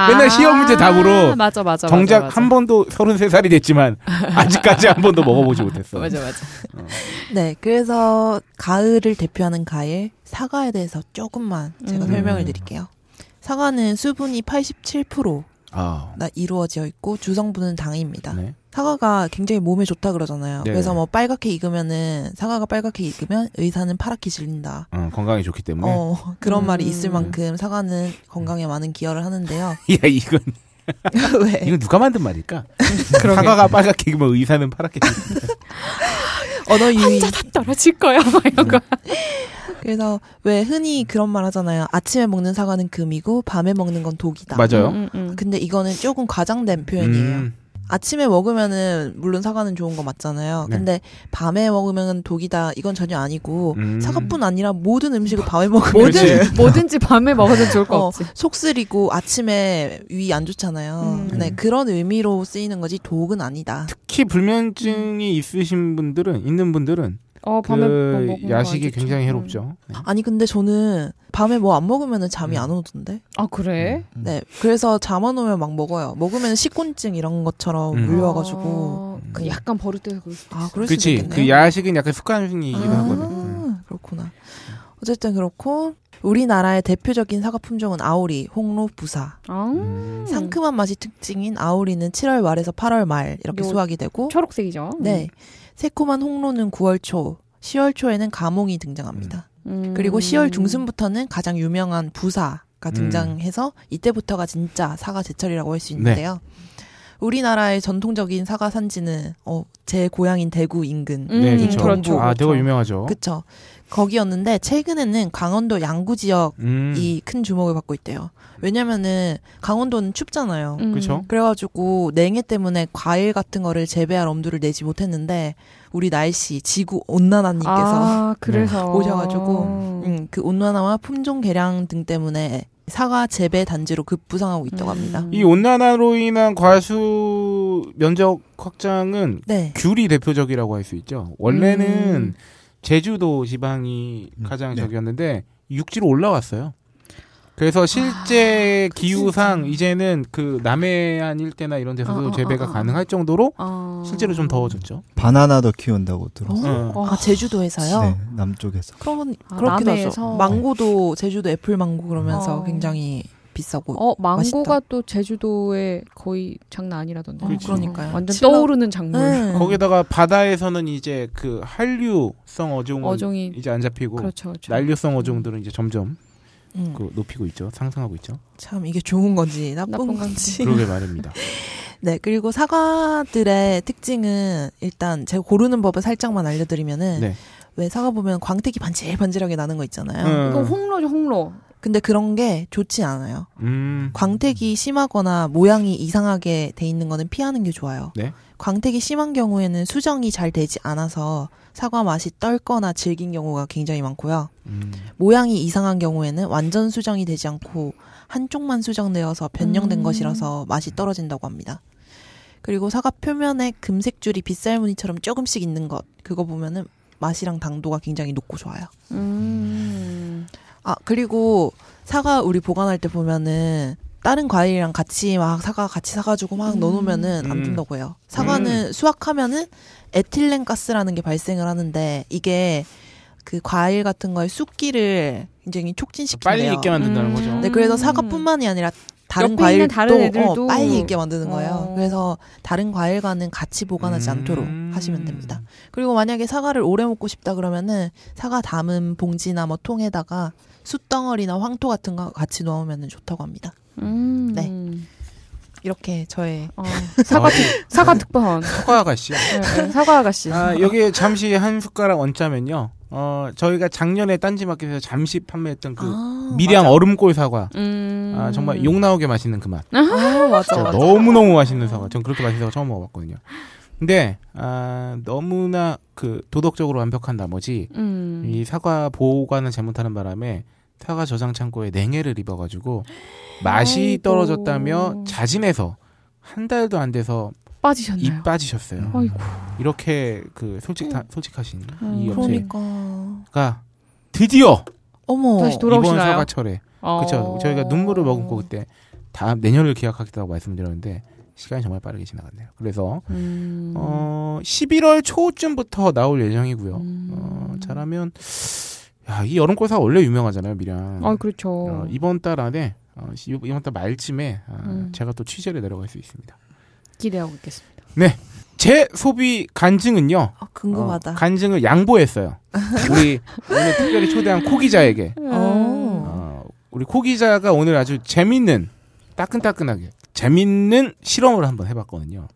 맨날 시험 문제 답으로 맞아, 맞아, 정작 맞아, 맞아. 한 번도 33살이 됐지만 아직까지 한 번도 먹어보지 못했어. 맞아, 맞아. 네, 그래서 가을을 대표하는 과일 사과에 대해서 조금만 제가 음. 설명을 드릴게요. 사과는 수분이 87%나 아, 이루어져 있고 주성분은 당입니다. 네. 사과가 굉장히 몸에 좋다 그러잖아요. 네. 그래서 뭐 빨갛게 익으면은 사과가 빨갛게 익으면 의사는 파랗게 질린다. 어, 건강에 좋기 때문에. 어, 그런 말이 있을 음. 만큼 사과는 건강에 많은 기여를 하는데요. 야 이건 왜? 예. 이건 누가 만든 말일까? 그러게. 사과가 빨갛게 익으면 의사는 파랗게 질 언어 유희. 떨어질 거야, 막 이런 거. 그래서 왜 흔히 그런 말 하잖아요. 아침에 먹는 사과는 금이고 밤에 먹는 건 독이다. 맞아요. 음. 음, 음, 음. 근데 이거는 조금 과장된 표현이에요. 아침에 먹으면은 물론 사과는 좋은 거 맞잖아요. 네. 근데 밤에 먹으면 독이다 이건 전혀 아니고 음. 뭐 사과뿐 아니라 모든 음식을 밤에 먹으면 그치. 뭐든, 뭐든지 밤에 먹어도 좋을 거 어. 없지. 속 쓰리고 아침에 위 안 좋잖아요. 음. 네 그런 의미로 쓰이는 거지 독은 아니다. 특히 불면증이 있으신 분들은 있는 분들은 어, 밤에 뭐 그 먹으면 야식이 안 좋죠. 굉장히 음. 아, 해롭죠. 네. 아니 근데 저는 밤에 뭐 안 먹으면 잠이 음. 안 오던데. 아 그래? 음. 네. 그래서 잠 안 오면 막 먹어요. 먹으면 식곤증 이런 것처럼 음. 물려가지고. 어, 그 약간 버릇돼서 그럴 수도 있어. 아, 그럴 수도 그치. 있겠네. 그 야식은 약간 습관이기도 아, 하거든. 음. 그렇구나. 어쨌든 그렇고 우리나라의 대표적인 사과 품종은 아오리, 홍로, 부사. 아, 음. 상큼한 맛이 특징인 아오리는 7월 말에서 8월 말 이렇게 요- 수확이 되고 초록색이죠. 음. 네. 새콤한 홍로는 9월 초, 10월 초에는 가몽이 등장합니다. 음. 그리고 10월 중순부터는 가장 유명한 부사가 등장해서 이때부터가 진짜 사과 제철이라고 할 수 있는데요. 우리나라의 전통적인 사과 산지는 어, 제 고향인 대구 인근 네, 음, 그렇죠. 그렇죠, 아, 되게 그렇죠. 유명하죠. 그쵸. 거기였는데 최근에는 강원도 양구 지역이 음. 큰 주목을 받고 있대요. 왜냐면은 강원도는 춥잖아요. 음. 그쵸? 그래가지고 냉해 때문에 과일 같은 거를 재배할 엄두를 내지 못했는데 우리 날씨 지구 온난화님께서 네, 아 그래서 오셔가지고, 음, 그 온난화와 품종 개량 등 때문에 사과 재배 단지로 급부상하고 있다고 합니다. 음. 이 온난화로 인한 과수 면적 확장은 네. 귤이 대표적이라고 할 수 있죠. 원래는 음. 제주도 지방이 가장 음, 네. 적이었는데 육지로 올라왔어요. 그래서 실제 기후상 이제는 그 남해안 일대나 이런 데서도 아, 아, 재배가 아, 아. 가능할 정도로 어. 아. 실제로 좀 더워졌죠. 바나나도 키운다고 들었어요. 어. 아 제주도에서요. 네, 남쪽에서. 그런 아, 그렇기도 하죠. 남해에서. 망고도 제주도 애플 망고 그러면서 어. 굉장히 비싸고 어 망고가 맛있다. 또 제주도에 거의 장난 아니라던데. 어, 그치. 그러니까요. 완전 칠라- 떠오르는 작물. 네. 거기다가 바다에서는 이제 그 한류성 어종은 어종이 이제 안 잡히고 그렇죠, 그렇죠. 난류성 어종들은 이제 점점 음, 그 높이고 있죠. 상승하고 있죠. 참 이게 좋은 건지 나쁜, 나쁜 건지. 그러게 말입니다. 네 그리고 사과들의 특징은 일단 제가 고르는 법을 살짝만 알려드리면은 네. 왜 사과 보면 광택이 반질반질하게 나는 거 있잖아요. 이거 음. 홍로죠, 홍로. 근데 그런 게 좋지 않아요. 음. 광택이 심하거나 모양이 이상하게 돼 있는 거는 피하는 게 좋아요. 네. 광택이 심한 경우에는 수정이 잘 되지 않아서 사과 맛이 떫거나 질긴 경우가 굉장히 많고요. 음. 모양이 이상한 경우에는 완전 수정이 되지 않고 한쪽만 수정되어서 변형된 음. 것이라서 맛이 떨어진다고 합니다. 그리고 사과 표면에 금색 줄이 빗살 무늬처럼 조금씩 있는 것 그거 보면은 맛이랑 당도가 굉장히 높고 좋아요. 음. 아 그리고 사과 우리 보관할 때 보면은 다른 과일이랑 같이 막 사과 같이 사가지고 막 음. 넣어놓으면은 안 음. 된다고 해요. 사과는 수확하면은 에틸렌 가스라는 게 발생을 하는데 이게 그 과일 같은 거의 쑥기를 굉장히 촉진시킨대요. 빨리 익게 만든다는 음. 거죠. 네, 그래서 사과뿐만이 아니라 다른 옆에 과일도 있는 다른 애들도 어, 빨리 익게 만드는 거예요. 어. 그래서 다른 과일과는 같이 보관하지 않도록 음. 하시면 됩니다. 그리고 만약에 사과를 오래 먹고 싶다 그러면은 사과 담은 봉지나 뭐 통에다가 숯덩어리나 황토 같은 거 같이 넣으면 좋다고 합니다. 음. 네. 이렇게 저의 어, 사과 아, 네. 사과 특파원. 사과 아가씨. 네, 네, 사과 아가씨. 아, 여기 잠시 한 숟가락 얹자면요. 어, 저희가 작년에 딴지마켓에서 잠시 판매했던 그 아, 밀양 얼음골 사과. 음. 아, 정말 욕 나오게 맛있는 그 맛. 아, 맞아, 진짜 맞아. 너무너무 맛있는 사과. 전 그렇게 맛있는 사과 처음 먹어봤거든요. 근데, 아, 너무나 그 도덕적으로 완벽한 나머지 음. 이 사과 보관을 잘못하는 바람에 사과 저장 창고에 냉해를 입어가지고 맛이 아이고. 떨어졌다며 자진해서 한 달도 안 돼서 입 빠지셨나요? 빠지셨어요. 아이고. 이렇게 그 솔직 솔직하신 음, 이 업체가 그러니까 드디어 어머 다시 돌아- 이번 돌아오시나요? 사과철에 어. 그렇죠. 저희가 눈물을 머금고 그때 다음 내년을 기약하겠다고 말씀드렸는데 시간이 정말 빠르게 지나갔네요. 그래서 음. 어 11월 초쯤부터 나올 예정이고요. 음. 어, 잘하면 야이 여름꽃사 원래 유명하잖아요, 미량. 아, 그렇죠. 어, 이번 달 안에 어, 시- 이번 달 말쯤에 아, 음. 제가 또 취재를 내려갈 수 있습니다. 기대하고 있겠습니다. 제 소비 간증은요. 아, 궁금하다. 어, 간증을 양보했어요. 우리 오늘 특별히 초대한 코 기자에게 음. 어. 어, 우리 코 기자가 오늘 아주 재밌는 따끈따끈하게 재밌는 실험을 한번 해봤거든요.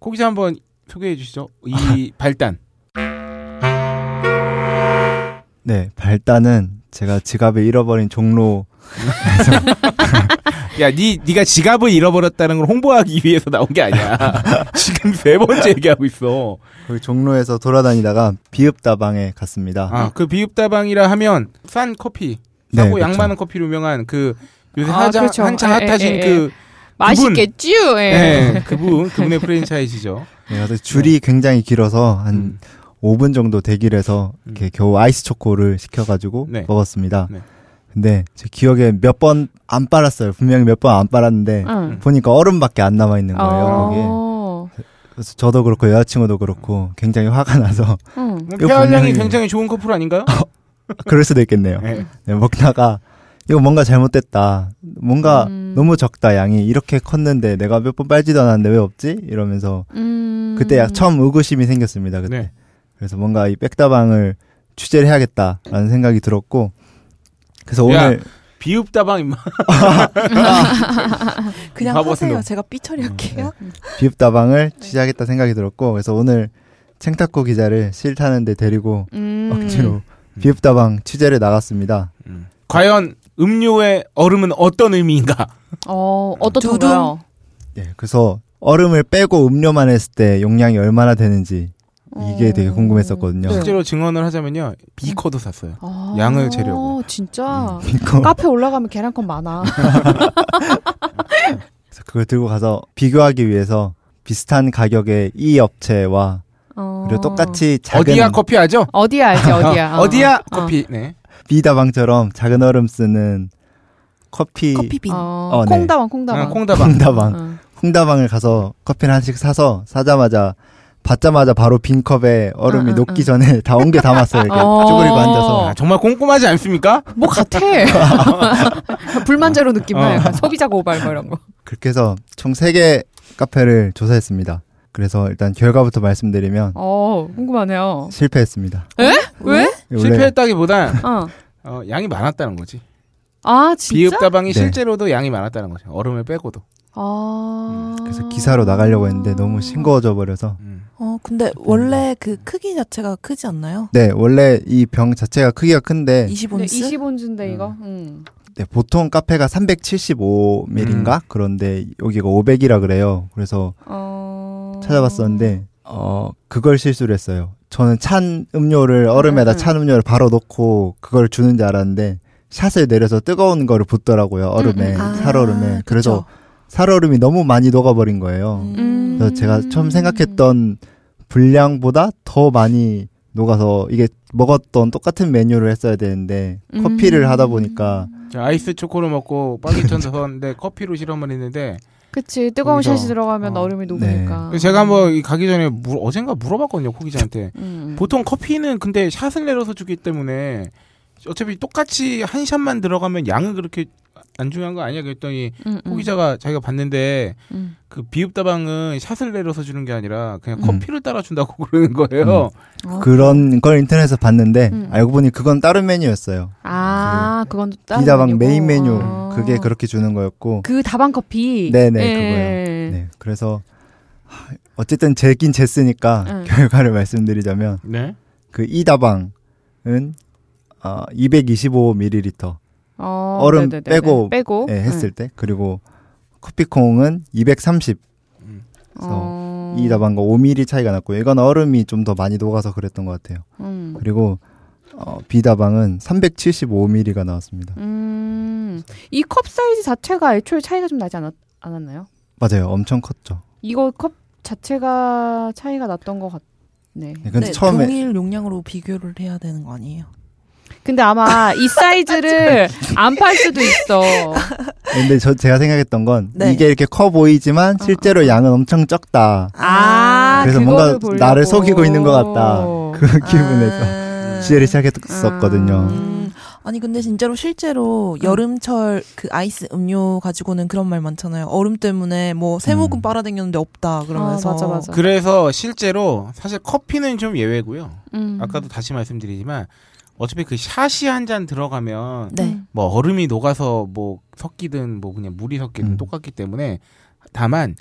코 기자 한번 소개해 주시죠. 이 발단. 네, 발단은 제가 지갑을 잃어버린 종로 야, 니 니가 지갑을 잃어버렸다는 걸 홍보하기 위해서 나온 게 아니야. 지금 세 번째 얘기하고 있어. 그 종로에서 돌아다니다가 비읍다방에 갔습니다. 아, 그 비읍다방이라 하면 싼 커피, 네, 싸고 그렇죠. 양 많은 커피로 유명한 그 요새 아, 하자, 그렇죠. 한창 에, 에, 핫하신 에, 그 맛있겠지요? 예. 예, 그분 그분의 프랜차이즈죠. 네, 그래서 줄이 굉장히 길어서 한 음. 5분 정도 대기를 해서 이렇게 겨우 아이스 초코를 시켜가지고 네. 먹었습니다. 네. 근데 제 기억에 몇 번 안 빨았어요. 분명히 몇 번 안 네. 빨았는데 응. 보니까 얼음밖에 안 남아 있는 거예요. 거기에. 아. 어. 그래서 저도 그렇고 여자친구도 그렇고 굉장히 화가 나서 응. 이거 폐활량이 분명히- 굉장히 좋은 커플 아닌가요? 그럴 수도 있겠네요. 네. 네, 먹다가 이거 뭔가 잘못됐다. 뭔가 음. 너무 적다 양이 이렇게 컸는데 내가 몇 번 빨지도 않았는데 왜 없지? 이러면서 음. 그때 약 처음 의구심이 생겼습니다. 그때 네. 그래서 뭔가 이 백다방을 취재를 해야겠다라는 생각이 들었고 그래서 야. 오늘 비읍다방 임마. 그냥 아, 바보 같은 하세요. 놈. 음, 제가 삐 처리할게요. 비읍다방을 취재하겠다 생각이 들었고 그래서 오늘 챙탁고 기자를 실타는데 데리고 음. 억지로 비읍다방 취재를 나갔습니다. 과연 음료의 얼음은 어떤 의미인가? 어, 어떻던가요? 예, 그래서 얼음을 빼고 음료만 했을 때 용량이 얼마나 되는지 이게 어. 되게 궁금했었거든요. 네. 실제로 증언을 하자면요. 비커도 샀어요. 아, 양을 재려고. 음. 진짜? 그거- 카페 올라가면 계란컵 많아. 그래서 그걸 들고 가서 비교하기 위해서 비슷한 가격의 이 업체와 어. 그리고 똑같이 작은 어디야 커피 아죠? 어디야 알지 어디야 어, 어디야 커피. 네. 비다방처럼 작은 얼음 쓰는 커피, 커피빈. 어, 어, 네. 콩다방 아, 콩다방 콩다방. 홍다방 응. 홍다방을 가서 커피를 한씩 사서 사자마자 받자마자 바로 빈 컵에 얼음이 응, 녹기 응. 전에 다 옮겨 담았어요. 이렇게 어. 쭈그리고 앉아서 아, 정말 꼼꼼하지 않습니까? 뭐 같아 불만제로 느낌 어. 나 약간 소비자 고발 뭐 이런 거 그렇게 해서 총 3개 카페를 조사했습니다. 그래서 일단 결과부터 말씀드리면 어, 궁금하네요 실패했습니다. 왜? 네, 원래 실패했다기보단 어. 어, 양이 많았다는 거지. 아 진짜? 비읍다방이 네. 실제로도 양이 많았다는 거죠. 얼음을 빼고도. 아... 음, 그래서 기사로 나가려고 했는데 너무 싱거워져 버려서 음. 어, 근데 원래 그 크기 자체가 크지 않나요? 네 원래 이 병 자체가 크기가 네. 큰데 20온스? 근데 20온즈인데 네, 음. 이거 음. 응. 네, 보통 카페가 375ml인가 그런데 여기가 500이라 그래요. 그래서 어... 찾아봤었는데 어 그걸 실수를 했어요. 저는 찬 음료를 얼음에다 음, 음. 찬 음료를 바로 넣고 그걸 주는 줄 알았는데 샷을 내려서 뜨거운 거를 붓더라고요 얼음에 네, 음, 음. 아, 살얼음에 그쵸. 그래서 살얼음이 너무 많이 녹아버린 어. 거예요. 음. 그래서 제가 처음 생각했던 분량보다 더 많이 녹아서 이게 먹었던 똑같은 메뉴를 했어야 되는데 음. 커피를 하다 보니까 음. 자, 아이스 초코를 먹고 빵이천 썼는데 네, 커피로 실험을 했는데 그치 뜨거운 거기서- 샷이 들어가면 어. 얼음이 네. 녹으니까 제가 한번 이 가기 전에 물- 어젠가 물어봤거든요 코기자한테 음. 보통 커피는 근데 샷을 내려서 주기 때문에 어차피 똑같이 한 샷만 들어가면 양은 그렇게 안 중요한 거 아니야 그랬더니 음, 음, 코기자가 자기가 봤는데 음. 그 비읍다방은 샷을 내려서 주는 게 아니라 그냥 음. 커피를 따라 준다고 그러는 거예요. 어. 그런 걸 인터넷에서 봤는데 아. 음. 알고 보니 그건 다른 메뉴였어요. 아 그건 또 다른 비다방 메뉴고. 메인 메뉴 아. 그게 그렇게 주는 거였고 그 다방 커피. 네네, 예. 그거요. 네 그래서 하, 어쨌든 제긴 쟀으니까 음. 결과를 말씀드리자면 네. 그 이다방은 어, 225ml 어, 얼음 네네네네. 빼고, 빼고 네. 예, 했을 때 그리고 커피콩은 230 응. 그래서 어. 이 다방과 5mm 차이가 났고요. 이건 얼음이 좀 더 많이 녹아서 그랬던 것 같아요. 음. 그리고 어, B 다방은 375mm가 나왔습니다. 음. 이 컵 사이즈 자체가 애초에 차이가 좀 나지 않았, 않았나요? 맞아요, 엄청 컸죠. 이거 컵 자체가 차이가 났던 것 같네. 네, 근데 네, 처음에 동일 용량으로 비교를 해야 되는 거 아니에요? 근데 아마 이 네. 사이즈를 안 팔 수도 있어. 아, 근데 저 제가 생각했던 건 네. 이게 이렇게 커 보이지만 실제로 양은 엄청 적다. 아, 그래서 그거를 뭔가 보려고. 나를 속이고 있는 것 같다. 그 기분에서 아. 취재를 시작했었거든요. 음. 아니 근데 진짜로 실제로 음. 여름철 그 아이스 음료 가지고는 그런 말 많잖아요. 얼음 때문에 뭐 세모금 음. 빨아당겼는데 없다 그러면서. 아, 맞아, 맞아. 그래서 실제로 사실 커피는 좀 예외고요. 음. 아까도 다시 말씀드리지만 어차피 그 샷이 한 잔 들어가면 네. 뭐 얼음이 녹아서 뭐 섞이든 뭐 그냥 물이 섞이든 음. 똑같기 때문에 다만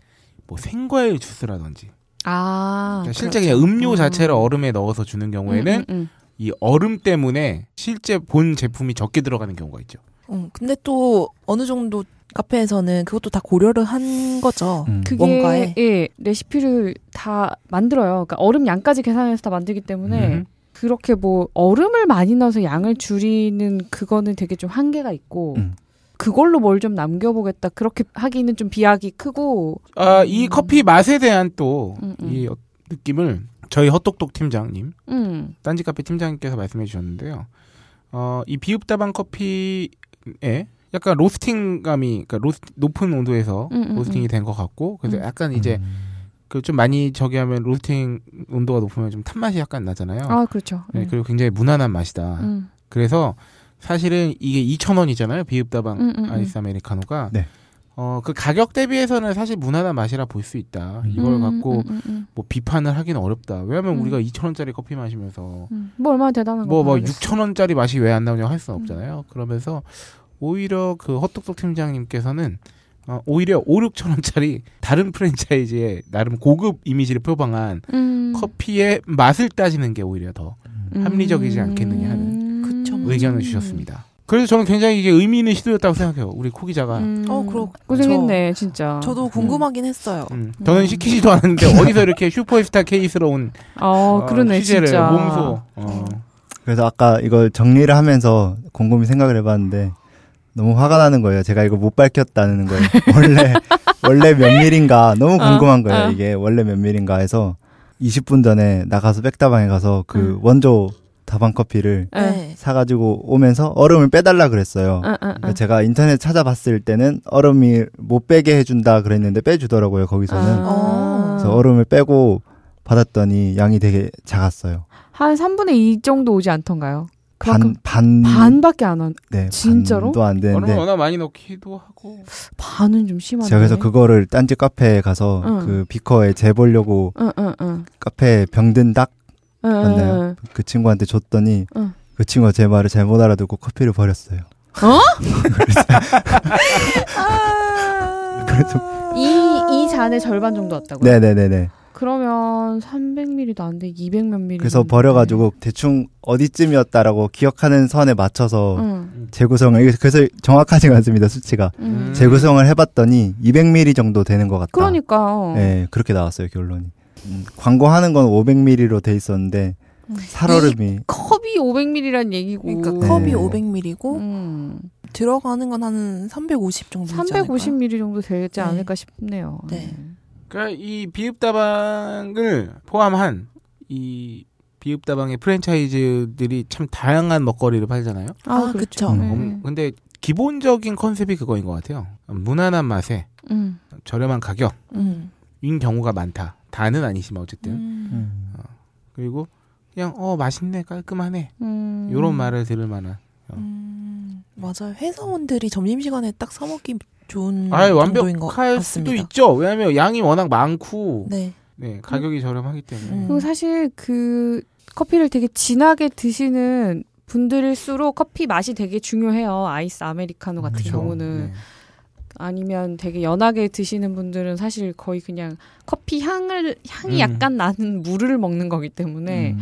뭐 생과일 주스라든지 아. 그러니까 실제 그냥 음료 자체를 얼음에 넣어서 주는 경우에는 음, 음, 이 얼음 때문에 실제 본 제품이 적게 들어가는 경우가 있죠. 음, 근데 또 어느 정도 카페에서는 그것도 다 고려를 한 거죠. 음. 그게 뭔가에. 예 레시피를 다 만들어요. 그러니까 얼음 양까지 계산해서 다 만들기 네. 때문에 음. 그렇게 뭐 얼음을 많이 넣어서 양을 줄이는 그거는 되게 좀 한계가 있고 음. 그걸로 뭘 좀 남겨보겠다 그렇게 하기는 좀 비약이 크고 아, 이 커피 맛에 대한 또 이 음, 음. 느낌을 저희 헛똑똑 팀장님, 음 딴지 카페 팀장님께서 말씀해 주셨는데요. 어, 이 비읍다방 커피에 약간 로스팅감이 그러니까 로스, 높은 온도에서 음, 음, 로스팅이 음. 된 것 같고 그래서 음. 약간 이제 그 좀 많이 저기 하면 로스팅 온도가 높으면 좀 탄맛이 약간 나잖아요. 아 그렇죠. 음. 네, 그리고 굉장히 무난한 맛이다. 음. 그래서 사실은 이게 2,000원이잖아요. 비읍다방 음, 음, 음. 아이스 아메리카노가. 네. 어, 그 가격 대비해서는 사실 무난한 맛이라 볼 수 있다. 이걸 음, 갖고 음, 음, 음. 뭐 비판을 하긴 어렵다. 왜냐면 음. 우리가 2,000원짜리 커피 마시면서 음. 뭐 얼마나 대단한 뭐 뭐 건가 모르겠어. 음. 6,000원짜리 맛이 왜 안 나오냐고 할 수는 없잖아요. 그러면서 오히려 그 헛똑똑 팀장님께서는 어, 오히려 5, 6,000원짜리 다른 프랜차이즈의 나름 고급 이미지를 표방한 음. 커피의 맛을 따지는 게 오히려 더 합리적이지 음. 않겠느냐 하는 그쵸. 음. 의견을 주셨습니다. 그래서 저는 굉장히 이게 의미 있는 시도였다고 생각해요. 우리 코 기자가. 음. 음. 어, 그렇- 고생했네 진짜. 음. 저도 궁금하긴 했어요. 음. 음. 저는 시키지도 않았는데 어디서 이렇게 슈퍼스타 케이스러운 어, 그러네 취재를 진짜. 아, 네, 몸소 어, 그래서 아까 이걸 정리를 하면서 곰곰이 생각을 해봤는데 너무 화가 나는 거예요. 제가 이거 못 밝혔다는 거예요. 원래 원래 몇 밀인가 너무 어, 궁금한 거예요. 어. 이게 원래 몇 밀인가 해서 20분 전에 나가서 백다방에 가서 그 음. 원조 다방 커피를 예. 네. 사가지고 오면서 얼음을 빼달라 그랬어요. 아, 아, 아. 그러니까 제가 인터넷 찾아봤을 때는 얼음이 못 빼게 해준다 그랬는데 빼주더라고요 거기서는. 아. 어. 그래서 얼음을 빼고 받았더니 양이 되게 작았어요. 한 3분의 2 정도 오지 않던가요? 반 음. 그만큼 반 반밖에 안 온. 네, 진짜로? 반도 안 얼음을 되는데 워낙 많이 넣기도 하고 반은 좀 심한데. 제가 그래서 그거를 딴지 카페에 가서 응. 그 비커에 재보려고 응, 응, 응. 카페에 병든 닭 그 응, 응, 맞나요? 응. 친구한테 줬더니 응. 그 친구가 제 말을 잘못 알아듣고 커피를 버렸어요. 아. 이, 이 잔의 절반 정도 왔다고요? 네네네네. 그러면 300ml도 안 돼. 200 몇 ml. 그래서 버려가지고 대충 어디쯤이었다라고 기억하는 선에 맞춰서 응. 재구성을 이게 그래서 정확하지가 않습니다 수치가 음. 재구성을 해봤더니 200ml 정도 되는 것 같다. 그러니까. 네 그렇게 나왔어요 결론이. 음, 광고하는 건 500ml로 돼 있었는데 음. 살얼음이 컵이 500ml란 얘기고. 그러니까 네. 컵이 500ml고 음. 들어가는 건 한 350 정도 되지 않을까요? 350ml 정도 되겠지 네. 않을까 싶네요. 네. 그러니까 이 비읍다방을 포함한 이 비읍다방의 프랜차이즈들이 참 다양한 먹거리를 팔잖아요. 아, 그렇죠. 그쵸. 네. 음. 음, 근데 기본적인 컨셉이 그거인 것 같아요. 무난한 맛에 음. 저렴한 가격인 음. 경우가 많다. 다는 아니지만 어쨌든 음. 그리고 그냥 어 맛있네 깔끔하네 음. 요런 말을 들을 만한. 음, 맞아요. 회사원들이 점심시간에 딱 사먹기 좋은 아예 음, 그 정도인 것 완벽할 수도 같습니다. 있죠. 왜냐하면 양이 워낙 많고 네. 네, 가격이 저렴하기 때문에. 음. 그리고 사실 그 커피를 되게 진하게 드시는 분들일수록 커피 맛이 되게 중요해요. 아이스 아메리카노 같은 그렇죠. 그쵸. 경우는 네. 아니면 되게 연하게 드시는 분들은 사실 거의 그냥 커피 향을 향이 음. 약간 나는 물을 먹는 거기 때문에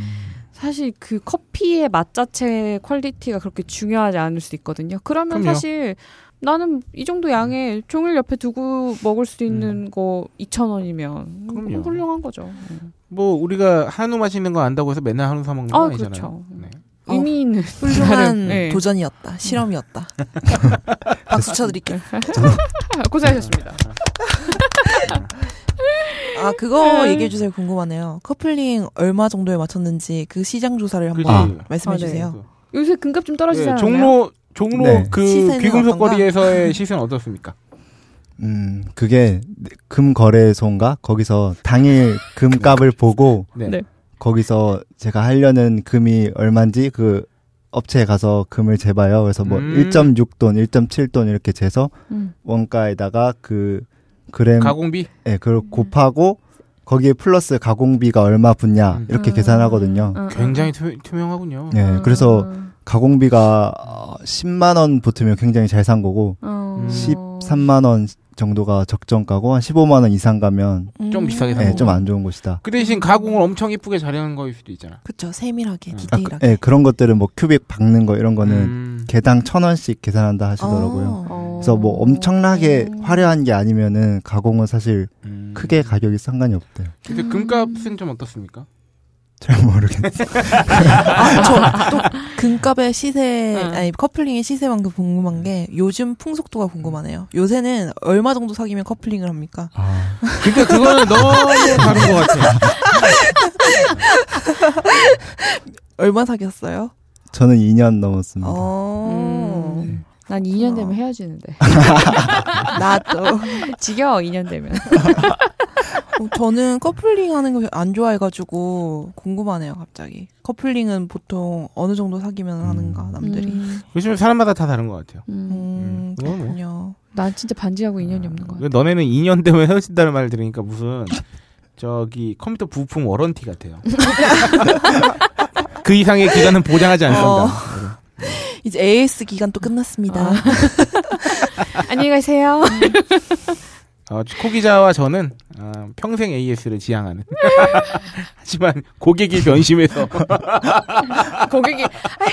사실 그 커피의 맛 자체의 퀄리티가 그렇게 중요하지 않을 수도 있거든요. 그러면 그럼요. 음. 사실 나는 이 정도 양의 종일 옆에 두고 먹을 수 있는 거 2,000원이면 뭐 그럼요. 훌륭한 거죠. 음. 뭐 우리가 한우 맛있는 거 안다고 해서 맨날 한우 사 먹는 건 아, 아니잖아요. 그렇죠. 네. 어. 의미 있는 훌륭한 나름, 네. 도전이었다. 실험이었다. 박수 쳐드릴게요. 고생하셨습니다. 아, 그거 네. 얘기해주세요. 궁금하네요. 커플링 얼마 정도에 맞췄는지 그 시장 조사를 한번 아. 그치. 말씀해주세요. 그- 요새 금값 좀 떨어지지 네, 않아요? 종로 종로 네. 그 시세는 귀금속거리에서의 시세는 어떻습니까? 음, 그게 금거래소인가? 거기서 당일 금값을 보고 네. 네. 거기서 제가 하려는 금이 얼만지 그 업체에 가서 금을 재봐요. 그래서 뭐 음. 1.6돈, 1.7돈 이렇게 재서 음. 원가에다가 그 그램 가공비 예, 그걸 음. 곱하고 거기에 플러스 가공비가 얼마 붙냐 음. 이렇게 계산하거든요. 어, 어. 굉장히 투, 투명하군요. 네. 예, 어, 그래서 어, 가공비가 어, 10만 원 붙으면 굉장히 잘 산 거고 어. 13만 원 정도가 적정가고 한 15만 원 이상 가면 좀 음. 비싸게 예, 네, 좀 안 좋은 곳이다. 그 대신 가공을 엄청 예쁘게 잘하는 거일 수도 있잖아. 그쵸. 세밀하게, 아, 아, 그, 디테일하게. 예, 그런 것들은 뭐 큐빅 박는 거 이런 거는 음. 개당 천 원씩 계산한다 하시더라고요. 어. 그래서 뭐 엄청나게 음. 화려한 게 아니면은 가공은 사실 어. 음. 크게 가격이 상관이 없대요. 근데 금값은 좀 어떻습니까? 잘 모르겠네. 아, 저또 금값의 네. 시세, 응. 아니 커플링의 시세만큼 궁금한 게 요즘 풍속도가 궁금하네요. 요새는 얼마 정도 사귀면 커플링을 합니까? 아, 그러니까 그거는 너무 다른 것 같아. 얼마 사귀었어요? 저는 2년 넘었습니다. 어. 음. 난 2년 되면 그렇구나. 헤어지는데. 나도. 지겨워, 2년 되면. 어, 저는 커플링 하는 거 안 좋아해가지고 궁금하네요, 갑자기. 커플링은 보통 어느 정도 사귀면 하는가, 남들이. 음, 요즘 사람마다 다 다른 것 같아요. 음. 음, 음, 그건 뭐. 그러니까 그렇군요. 난 진짜 반지하고 인연이 없는 거야. 너네는 2년 되면 헤어진다는 말을 들으니까 무슨 저기 컴퓨터 부품 워런티 같아요. 그 이상의 기간은 보장하지 않습니다. 어. 이제 AS 기간 또 끝났습니다. 아. 안녕히 가세요. 어, 코 기자와 저는 아, 평생 AS를 지향하는. 하지만 고객이 변심해서 고객이 아,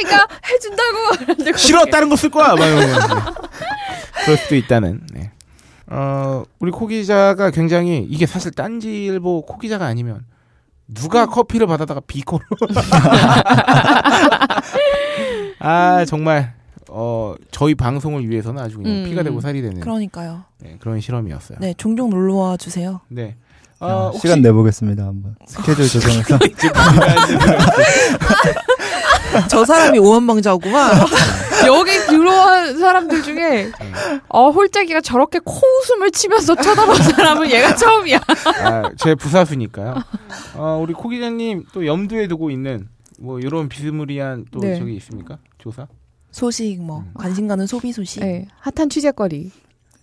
해주겠다니까 해준다고. 싫어 다른 거 쓸 거야. 막 이러면서. 그럴 수도 있다는. 네. 어, 우리 코 기자가 굉장히 이게 사실 딴지일보 코 기자가 아니면 누가 커피를 받아다가 비코로 아 정말 어 저희 방송을 위해서는 아주 그냥 음. 피가 되고 살이 되는 그러니까요. 네, 그런 실험이었어요. 네. 네, 종종 놀러 와 주세요. 어, 아, 혹시 시간 내보겠습니다 한번 스케줄 조정해서 저 사람이 오만방자구만. 여기 들어온 사람들 중에 음. 어 홀짝이가 저렇게 코웃음을 치면서 쳐다본 사람은 얘가 처음이야. 아, 제 부사수니까요. 어, 우리 코 기자님 또 염두에 두고 있는 뭐 이런 비스무리한 또 네. 저기 있습니까? 조사? 소식, 뭐, 관심 가는 소비 소식. 네, 핫한 취재거리.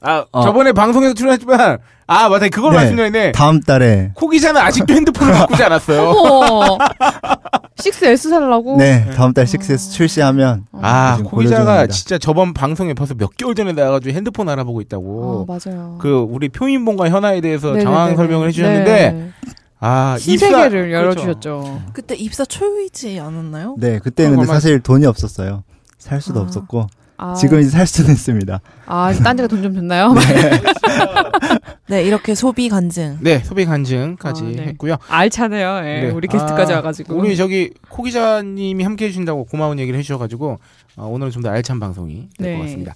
아 어. 저번에 방송에서 출연했지만 아 맞다 그걸 네. 말씀드렸네. 다음 달에 코 기자는 아직도 핸드폰을 바꾸지 않았어요. 어머, 6S 어. 살라고? 네 다음 달 6S 출시하면 아, 지금 코 기자가 고려중입니다. 진짜 저번 방송에 벌써 몇 개월 전에 나와가지고 핸드폰 알아보고 어, 있다고. 맞아요. 그 우리 표인봉과 현아에 대해서 네네네네. 장황 설명을 해주셨는데 네. 아 신세계를 입사- 그렇죠. 열어주셨죠. 그때 입사 초유이지 않았나요? 네 그때는 그럼 근데 얼마- 사실 돈이 없었어요 살 수도 아. 없었고 아, 지금 이제 살 수는 있습니다 아 딴지가 돈 좀 줬나요? 네, 이렇게 소비 간증. 네 소비 간증까지 아, 네. 했고요. 알차네요. 예, 네. 우리 게스트까지 아, 와가지고. 우리 저기 코 기자님이 함께 해주신다고 고마운 얘기를 해주셔가지고 아, 오늘은 좀 더 알찬 방송이 될 것 네. 같습니다.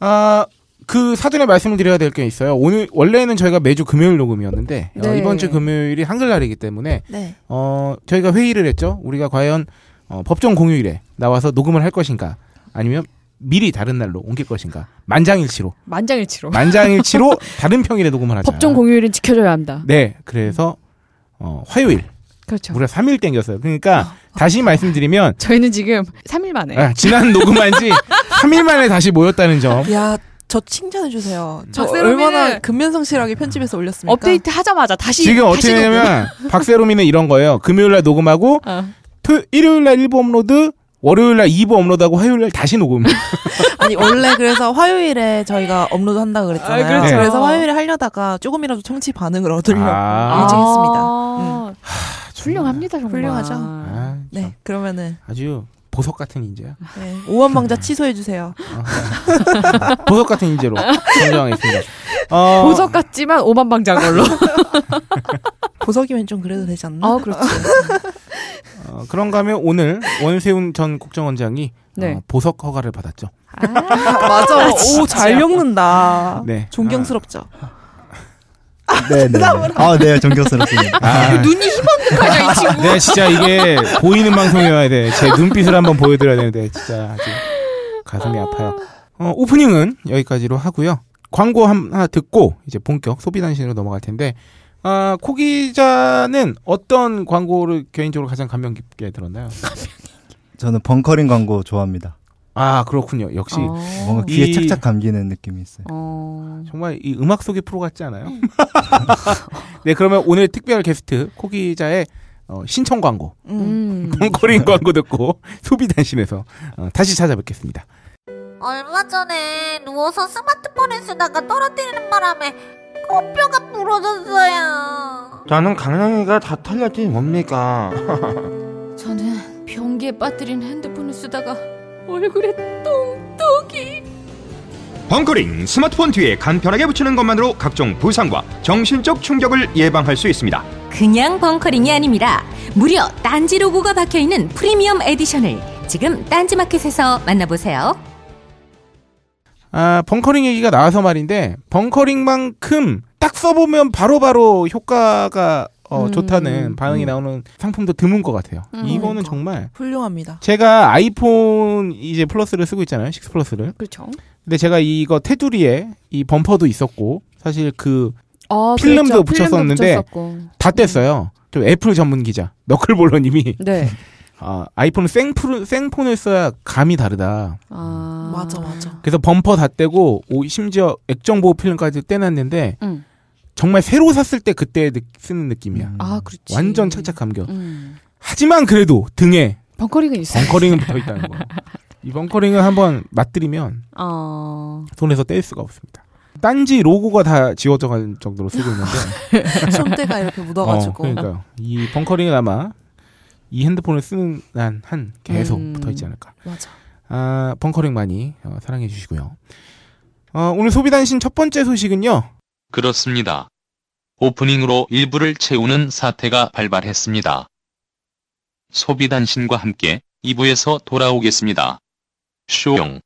아, 그 사전에 말씀을 드려야 될 게 있어요. 오늘 원래는 저희가 매주 금요일 녹음이었는데 어, 네. 이번 주 금요일이 한글날이기 때문에 네. 어, 저희가 회의를 했죠. 우리가 과연 어, 법정 공휴일에 나와서 녹음을 할 것인가 아니면 미리 다른 날로 옮길 것인가 만장일치로 만장일치로. 만장일치로 다른 평일에 녹음을 하자. 법정 공휴일은 지켜줘야 한다. 네, 그래서 어, 화요일 그렇죠. 무려 3일 땡겼어요. 그러니까 다시 말씀드리면 저희는 지금 3일 만에. 아, 지난 녹음한 지 3일 만에 다시 모였다는 점. 야, 저 칭찬해주세요. 저 어? 박세롬이는- 얼마나 근면성실하게 편집해서 올렸습니까? 업데이트 하자마자 다시 지금 다시 어떻게 되냐면 박세롬이는 이런 거예요. 금요일 날 녹음하고 녹음. 어. 토, 일요일 날 1부 업로드, 월요일 날 2부 업로드하고 화요일 날 다시 녹음. 아니 원래 그래서 화요일에 저희가 업로드 한다 그랬잖아요. 아, 그렇죠. 래서 화요일에 하려다가 조금이라도 청취 반응을 얻으려고 아. 일찍했습니다. 아, 훌륭합니다 정말. 훌륭하죠. 아, 네, 그러면은 아주 보석 같은 인재야. 네, 오원방자 취소해 주세요. 보석 같은 인재로 선정하겠습니다. 어, 보석 같지만 오만방자 걸로. 보석이면 좀 그래도 되지 않나? 아 그렇죠. 어, 그런가 하면 오늘 원세훈 전 국정원장이 네. 어, 보석 허가를 받았죠. 맞아. 오, 잘 어? 엮는다. 네. 존경스럽죠. 네네 아네 존경스럽습니다 아, 눈이 희망 가져 이 친구. 네, 진짜 이게 보이는 방송이어야 돼. 제 눈빛을 한번 보여드려야 되는데 진짜 아주 가슴이 아파요. 어, 오프닝은 여기까지로 하고요. 광고 하나 듣고 이제 본격 소비 단신으로 넘어갈 텐데 아, 코 기자는 어떤 광고를 개인적으로 가장 감명 깊게 들었나요? 저는 벙커링 광고 좋아합니다 아 그렇군요. 역시 뭔가 어. 귀에 이- 착착 감기는 느낌이 있어요 어. 정말 이 음악 속의 프로 같지 않아요? 네, 그러면 오늘 특별 게스트 코 기자의 어, 신청 광고, 음. 음. 콩코링 광고 듣고 소비 단신에서 어, 다시 찾아뵙겠습니다. 얼마 전에 누워서 스마트폰을 쓰다가 떨어뜨리는 바람에 코뼈가 부러졌어요. 나는 강냉이가 다 털렸지 뭡니까? 음. 저는 변기에 빠뜨린 핸드폰을 쓰다가 얼굴에 똥똑이 벙커링 스마트폰 뒤에 간편하게 붙이는 것만으로 각종 부상과 정신적 충격을 예방할 수 있습니다. 그냥 벙커링이 아닙니다. 무려 딴지 로고가 박혀 있는 프리미엄 에디션을 지금 딴지 마켓에서 만나보세요. 아, 벙커링 얘기가 나와서 말인데 벙커링만큼 딱 써보면 바로바로 효과가 어, 음. 좋다는 반응이 나오는 상품도 드문 것 같아요. 음, 이거는 그러니까. 정말 훌륭합니다. 제가 아이폰 이제 플러스를 쓰고 있잖아요. 6 플러스를. 그렇죠. 근데 제가 이거 테두리에 이 범퍼도 있었고 사실 그 다 어, 필름도 그렇죠. 필름도 붙였었는데 붙였었고. 뗐어요. 좀 애플 전문 기자 너클볼러님이 네. 아, 아이폰은 생풀, 생폰을 써야 감이 다르다. 아. 맞아 맞아. 그래서 범퍼 다 떼고 오, 심지어 액정 보호 필름까지 떼놨는데 음. 정말 새로 샀을 때 그때 느- 쓰는 느낌이야. 아, 그렇지. 완전 착착 감겨. 음. 하지만 그래도 등에 벙커링은 있어. 벙커링은 붙어 있다는 거. 이 벙커링을 한번 맞들이면 어. 손에서 뗄 수가 없습니다. 딴지 로고가 다 지워져 갈 정도로 쓰고 있는데. 손때가 이렇게 묻어가지고. 어, 그러니까요. 이 벙커링은 아마 이 핸드폰을 쓰는 난 한 계속 음. 붙어 있지 않을까. 맞아. 아, 벙커링 많이 어, 사랑해 주시고요. 어, 오늘 소비단신 첫 번째 소식은요. 그렇습니다. 오프닝으로 일부를 채우는 사태가 발발했습니다. 소비단신과 함께 2부에서 돌아오겠습니다. 쇼용.